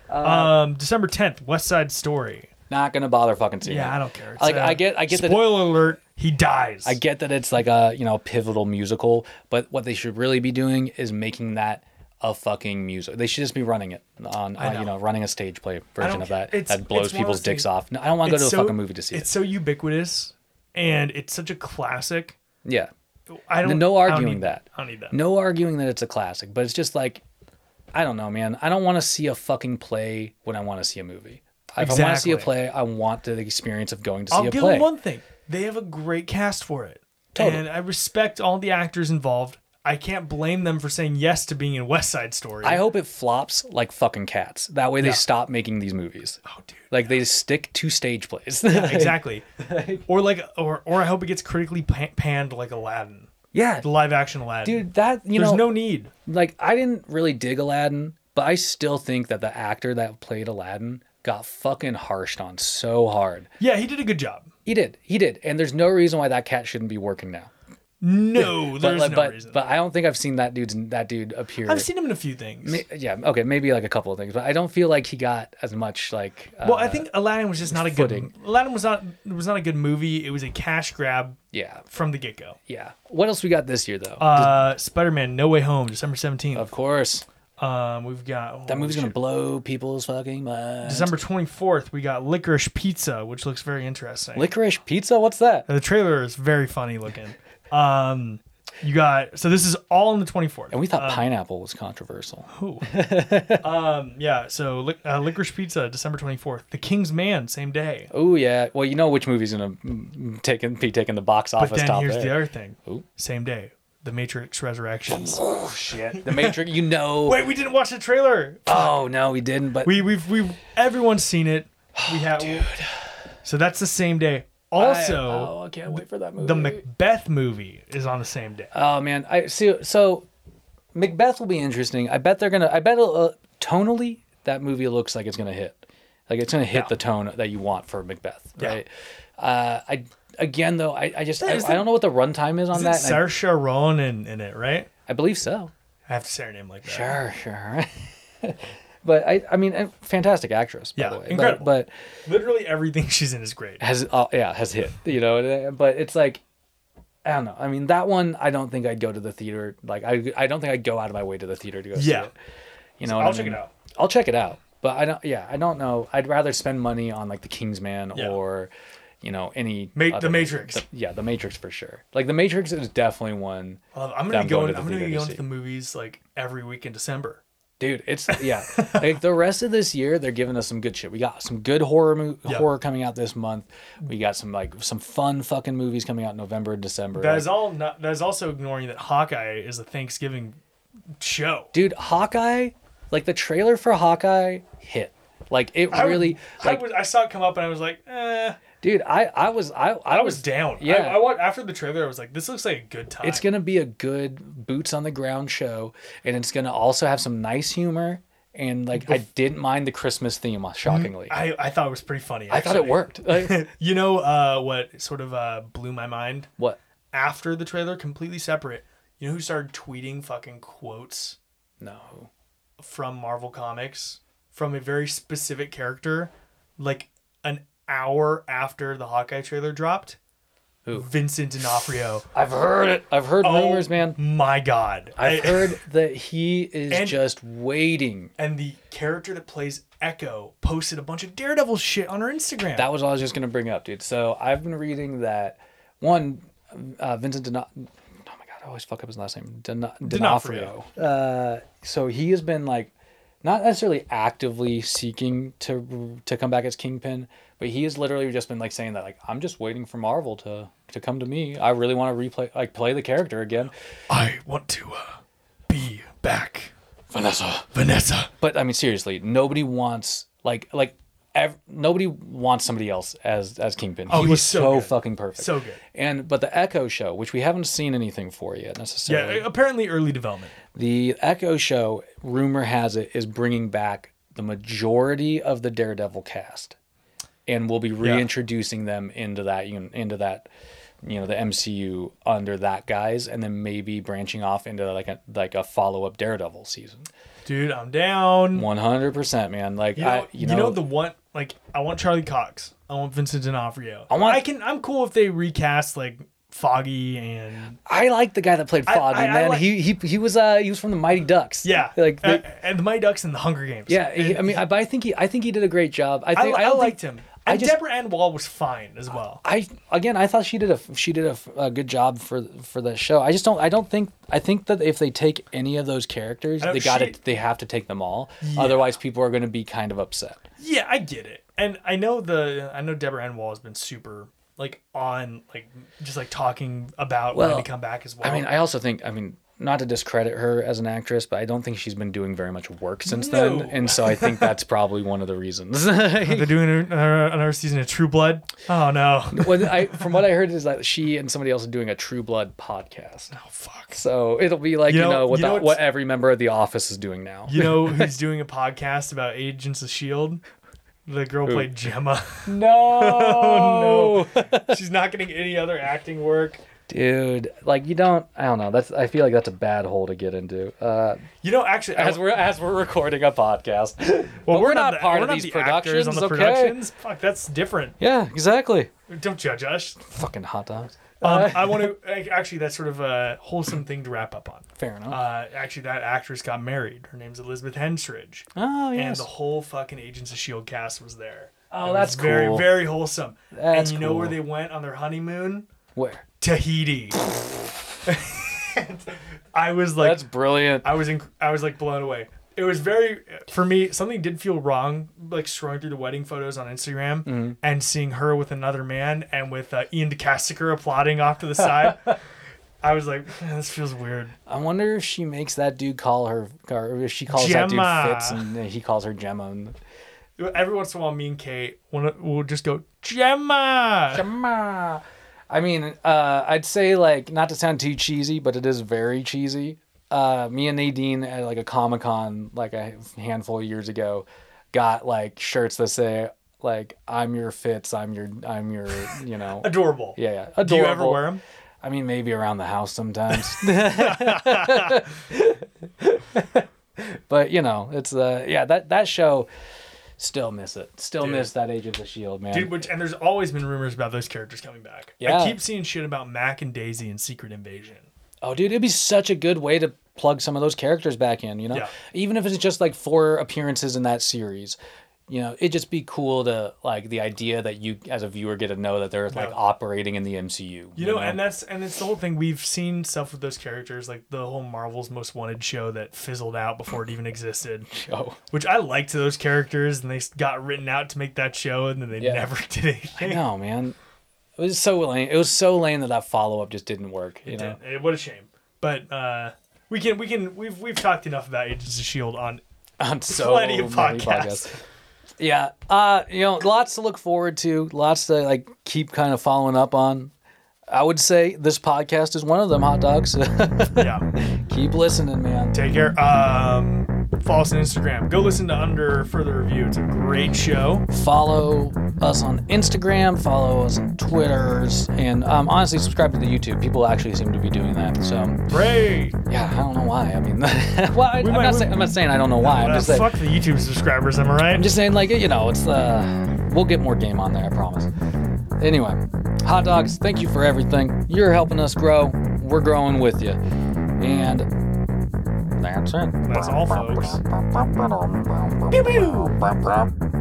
S3: Um, December tenth, West Side Story.
S2: Not gonna bother fucking seeing.
S3: Yeah,
S2: it.
S3: I don't care. It's,
S2: Like
S3: uh,
S2: I get, I get that.
S3: Spoiler alert: He dies.
S2: I get that it's like a you know pivotal musical, but what they should really be doing is making that a fucking music. They should just be running it on, on you
S3: know.
S2: know running a stage play version
S3: don't
S2: of that
S3: care. It's-
S2: that blows
S3: it's one of
S2: people's
S3: those
S2: dicks
S3: things-
S2: off. No, I don't want to go to
S3: It's
S2: a fucking movie to see
S3: It's
S2: it.
S3: so ubiquitous, and it's such a classic.
S2: Yeah,
S3: I don't.
S2: no
S3: I don't
S2: arguing
S3: need
S2: that.
S3: I don't need that.
S2: no arguing that it's a classic, but it's just like I don't know, man. I don't want to see a fucking play when I want to see a movie. If I want to see a
S3: Exactly.
S2: play, I want the experience of going to see
S3: I'll
S2: a
S3: give
S2: play.
S3: them one thing: they have a great cast for it,
S2: Totally.
S3: and I respect all the actors involved. I can't blame them for saying yes to being in West Side Story.
S2: I hope it flops like fucking cats. That way they stop making these movies.
S3: oh, dude.
S2: Like they just stick to stage plays. [laughs]
S3: exactly. or like, or or I hope it gets critically pa- panned like Aladdin,
S2: yeah,
S3: the live action Aladdin.
S2: dude. That you
S3: there's
S2: know,
S3: no need.
S2: like I didn't really dig Aladdin, but I still think that the actor that played Aladdin got fucking harshed on so hard.
S3: Yeah, he did a good job.
S2: He did, he did, and there's no reason why that cat shouldn't be working now.
S3: No,
S2: But
S3: there's
S2: like,
S3: no
S2: but,
S3: reason.
S2: but I don't think I've seen that dude's that dude appear.
S3: I've seen him in a few things.
S2: yeah, okay, maybe like a couple of things, but I don't feel like he got as much like. Uh,
S3: Well, I think Aladdin was just not a
S2: footing.
S3: good. Aladdin was not was not a good movie. It was a cash grab
S2: yeah,
S3: from the get go.
S2: yeah. What else we got this year though?
S3: Uh, Spider Man No Way Home, December seventeenth.
S2: of course,
S3: Um, we've got
S2: that movie's gonna blow people's fucking minds.
S3: December twenty fourth. We got Licorice Pizza, which looks very interesting.
S2: Licorice pizza? What's that?
S3: the trailer is very funny looking. um, you got so this is all on the twenty fourth.
S2: And we thought pineapple was controversial.
S3: Um, yeah. So Lic- uh, Licorice Pizza, December twenty fourth. The King's Man, same day.
S2: Oh yeah. Well, you know which movie's gonna mm, take be taking the box
S3: But
S2: office
S3: then
S2: top
S3: here's the
S2: there.
S3: other thing. Same day. The Matrix Resurrections.
S2: The, Matrix. You know.
S3: [laughs] Wait, we didn't watch the trailer.
S2: Oh no, we didn't. But
S3: We we've we have everyone's seen it.
S2: Oh,
S3: We have So that's the same day.
S2: I-
S3: Also,
S2: oh, I can't wait for that movie.
S3: the Macbeth movie is on the same day.
S2: Oh man, I see. So Macbeth will be interesting. I bet they're gonna. I bet it'll, uh, tonally that movie looks like it's gonna hit. Like it's gonna hit the tone that you want for Macbeth,
S3: Yeah.
S2: right? Uh, I again though, I, I just I,
S3: is
S2: I don't know what the runtime is on
S3: Is it
S2: that. and I,
S3: Saoirse Ronan in it, right?
S2: I believe so.
S3: I have to say her name like that.
S2: Sure,
S3: [laughs]
S2: sure. but I, I mean, a fantastic actress. By
S3: Yeah,
S2: the way. But-
S3: incredible.
S2: But,
S3: Literally everything [laughs] she's in is great.
S2: has uh, yeah has hit. You know, and, uh, but it's like. I don't know. I mean, that one. I don't think I'd go to the theater. Like, I, I don't think I'd go out of my way to the theater to go see
S3: Yeah.
S2: it. You know, what
S3: I'll
S2: I
S3: check
S2: mean?
S3: it out.
S2: I'll check it out. But I don't. Yeah, I don't know. I'd rather spend money on like the Kingsman
S3: Yeah.
S2: or, you know, any
S3: Ma- The
S2: other-
S3: Matrix.
S2: the- yeah, the Matrix for sure. Like the Matrix is definitely one.
S3: Well, I'm
S2: Yeah, I'm
S3: gonna be going.
S2: going to the
S3: I'm gonna be
S2: theater to
S3: going
S2: see.
S3: to the movies like every week in December.
S2: Dude,
S3: [laughs]
S2: it's yeah. like the rest of this year, they're giving us some good shit. We got some good horror mo-
S3: Yeah.
S2: horror coming out this month. We got some like some fun fucking movies coming out in November and December.
S3: That
S2: Like,
S3: is all. Not, that is also ignoring that Hawkeye is a Thanksgiving show.
S2: dude, Hawkeye, like the trailer for Hawkeye hit. Like it
S3: I would-
S2: really, like
S3: I, was, I saw it come up and I was like, eh.
S2: dude, I I was I I,
S3: I was down.
S2: Yeah.
S3: I, I wa- after the trailer, I was like, this looks like a good time.
S2: It's gonna be a good boots on the ground show, and it's gonna also have some nice humor. And like, I didn't mind the Christmas theme, shockingly. I,
S3: I, I thought it was pretty funny.
S2: thought it
S3: Mm, actually.
S2: worked.
S3: [laughs]
S2: Like,
S3: You know uh, what sort of uh, blew my mind?
S2: what?
S3: After the trailer, completely separate, you know who started tweeting fucking quotes
S2: No.
S3: from Marvel Comics from a very specific character like an hour after the Hawkeye trailer dropped?
S2: Who? [laughs]
S3: Vincent D'Onofrio.
S2: I've heard it. I've heard rumors,
S3: Oh,
S2: man.
S3: My God.
S2: I've
S3: I-
S2: heard that he is
S3: And-
S2: just waiting.
S3: [laughs] and the character that plays Echo posted a bunch of Daredevil shit on her Instagram.
S2: That was what I was just gonna bring up, dude. So I've been reading that one, uh, Vincent D'Ono- Oh my god, I always fuck up his last name. D'Ono- D'Onofrio.
S3: D'Onofrio.
S2: Uh, so he has been like, not necessarily actively seeking to to come back as Kingpin, but he has literally just been like saying that like I'm just waiting for Marvel to to come to me. I really want to replay like play the character again.
S3: I want to uh, be back.
S2: Vanessa.
S3: Vanessa.
S2: But I mean, seriously, nobody wants like like ev- nobody wants somebody else as as Kingpin.
S3: Oh,
S2: he
S3: he's
S2: was
S3: so
S2: so
S3: good.
S2: fucking perfect,
S3: So good.
S2: And but the Echo show, which we haven't seen anything for yet
S3: Yeah,
S2: necessarily,
S3: apparently early development.
S2: the Echo show, rumor has it, is bringing back the majority of the Daredevil cast, and will be reintroducing them into that un- into that. You know the MCU under that guise, and then maybe branching off into like a like a follow up Daredevil season.
S3: Dude, I'm down.
S2: One hundred percent, man. Like
S3: You know,
S2: I,
S3: you know, the one like I want Charlie Cox. I want Vincent D'Onofrio.
S2: I want-
S3: I can. I'm cool if they recast like Foggy and
S2: I like the guy that played
S3: I-
S2: Foggy,
S3: I- I
S2: man.
S3: like-
S2: he he he was uh he was from the Mighty Ducks.
S3: yeah,
S2: [laughs] like
S3: uh,
S2: the-
S3: and the Mighty Ducks and the Hunger Games.
S2: yeah. He, I mean, I, but I think he I think he did a great job. I
S3: I,
S2: think
S3: I,
S2: don't
S3: liked
S2: think,
S3: him.
S2: I
S3: And
S2: just-
S3: Deborah Ann Wall was fine as well.
S2: I again, I thought she did a she did a, a good job for for the show. I just don't I don't think I think that if they take any of those characters,
S3: I don't-
S2: they got
S3: she-
S2: to They have to take them all. Otherwise, people are going to be kind of upset.
S3: Yeah, I get it. And I know the I know Deborah Ann Wall has been super like on like just like talking about when
S2: Well,
S3: to come back as well.
S2: I mean, I also think I mean not to discredit her as an actress, but I don't think she's been doing very much work since
S3: No.
S2: then, and so I think that's probably one of the [laughs] reasons.
S3: they're doing another, another season of True Blood. Oh no.
S2: Well, I, from what I heard is that she and somebody else are doing a True Blood podcast.
S3: Oh [laughs] fuck.
S2: So it'll be like you,
S3: You know-
S2: know, what
S3: you know
S2: the,
S3: what's-
S2: what every member of the office is doing now.
S3: You
S2: [laughs]
S3: know who's doing a podcast about Agents of Shield? E The girl played Gemma. [laughs]
S2: No, no,
S3: She's not getting any other acting work.
S2: dude. Like you don't. I don't know. That's. I feel like that's a bad hole to get into. Uh,
S3: You know, actually, I-
S2: as we're as we're recording a podcast.
S3: well,
S2: But we're not
S3: the-
S2: part
S3: we're
S2: of
S3: not
S2: these
S3: the actors on
S2: productions,
S3: the
S2: okay?
S3: productions. Fuck, that's different.
S2: [laughs] yeah, exactly.
S3: Don't judge
S2: [laughs]
S3: us.
S2: Fucking hot dogs.
S3: Um,
S2: Uh,
S3: I want to actually that's sort of a wholesome thing to wrap up on.
S2: Fair enough.
S3: Uh, actually, that actress got married. Her name's Elizabeth Henstridge,
S2: oh
S3: and
S2: yes.
S3: the whole fucking Agents of Shield E cast was there.
S2: Oh,
S3: It was
S2: that's
S3: very
S2: cool.
S3: very wholesome. and
S2: That's
S3: you know where
S2: cool.
S3: they went on their honeymoon?
S2: Where?
S3: Tahiti. I was like,
S2: That's brilliant.
S3: I was in, I was like blown away. It was very for me. Something did feel wrong, like scrolling through the wedding photos on Instagram
S2: Mm-hmm.
S3: and seeing her with another man and with uh, Ian DeCasticker applauding off to the side. I was like, "Man, this feels weird.
S2: I wonder if she makes that dude call her, or if she calls that
S3: Gemma.
S2: dude Fitz, and he calls her Gemma. And,
S3: Every once in a while, me and Kate wanna, will just go Gemma.
S2: Gemma. I mean, uh, I'd say like not to sound too cheesy, but it is very cheesy. Uh, me and Nadine at like a Comic Con like a handful of years ago, got like shirts that say like "I'm your Fitz, I'm your, I'm your," you
S3: [laughs]
S2: know.
S3: Adorable.
S2: Yeah, yeah. Adorable.
S3: Do you ever wear them?
S2: I mean, maybe around the house
S3: [laughs]
S2: sometimes. [laughs] but you know, it's uh, yeah. That that show, still miss it. Still
S3: Dude.
S2: miss that Agents of Shield, man.
S3: Dude, which and there's always been rumors about those characters coming back. I
S2: Yeah.
S3: keep seeing shit about Mac and Daisy and Secret Invasion.
S2: Oh, dude, it'd be such a good way to plug some of those characters back in, you know?
S3: Yeah.
S2: Even if it's just like four appearances in that series, you know, it'd just be cool to like the idea that you as a viewer get to know that they're like
S3: Yeah.
S2: operating in the MCU. You,
S3: You know, and that's and it's the whole thing. We've seen stuff with those characters, like the whole Marvel's Most Wanted show that fizzled out before
S2: [laughs]
S3: it even existed.
S2: oh,
S3: Which I liked those characters, and they s- got written out to make that show, and then they
S2: Yeah.
S3: never [laughs] did
S2: I
S3: anything.
S2: know, man. It was so lame. It was so lame that that follow up just didn't work. You know, [laughs]
S3: Did- eh, What a shame. But uh, we can we can we've we've talked enough about Agents of Shield E on.
S2: on so
S3: Plenty of
S2: many
S3: podcasts.
S2: Yeah, uh, you know, lots to look forward to. Lots to like keep kind of following up on. I would say this podcast is one of them. Hot dogs. [laughs]
S3: Yeah,
S2: Keep listening, man.
S3: take care. Um, follow us on Instagram. Go listen to Under Further Review. It's a great show.
S2: Follow us on Instagram, follow us on Twitters, and um, honestly, subscribe to the YouTube. People actually seem to be doing that. So,
S3: Great.
S2: yeah, I don't know why. I mean, [laughs] well, I, am
S3: might-
S2: not
S3: we-
S2: saying, I'm not saying I don't know why. I'm
S3: Uh,
S2: just saying,
S3: fuck the YouTube subscribers. Am I right?
S2: I'm just saying, like, you know, it's Uh, we'll get more game on there, I promise. Anyway, hot dogs, thank you for everything. You're helping us grow. We're growing with you. And that's it.
S3: That's all, folks.
S4: Pew pew.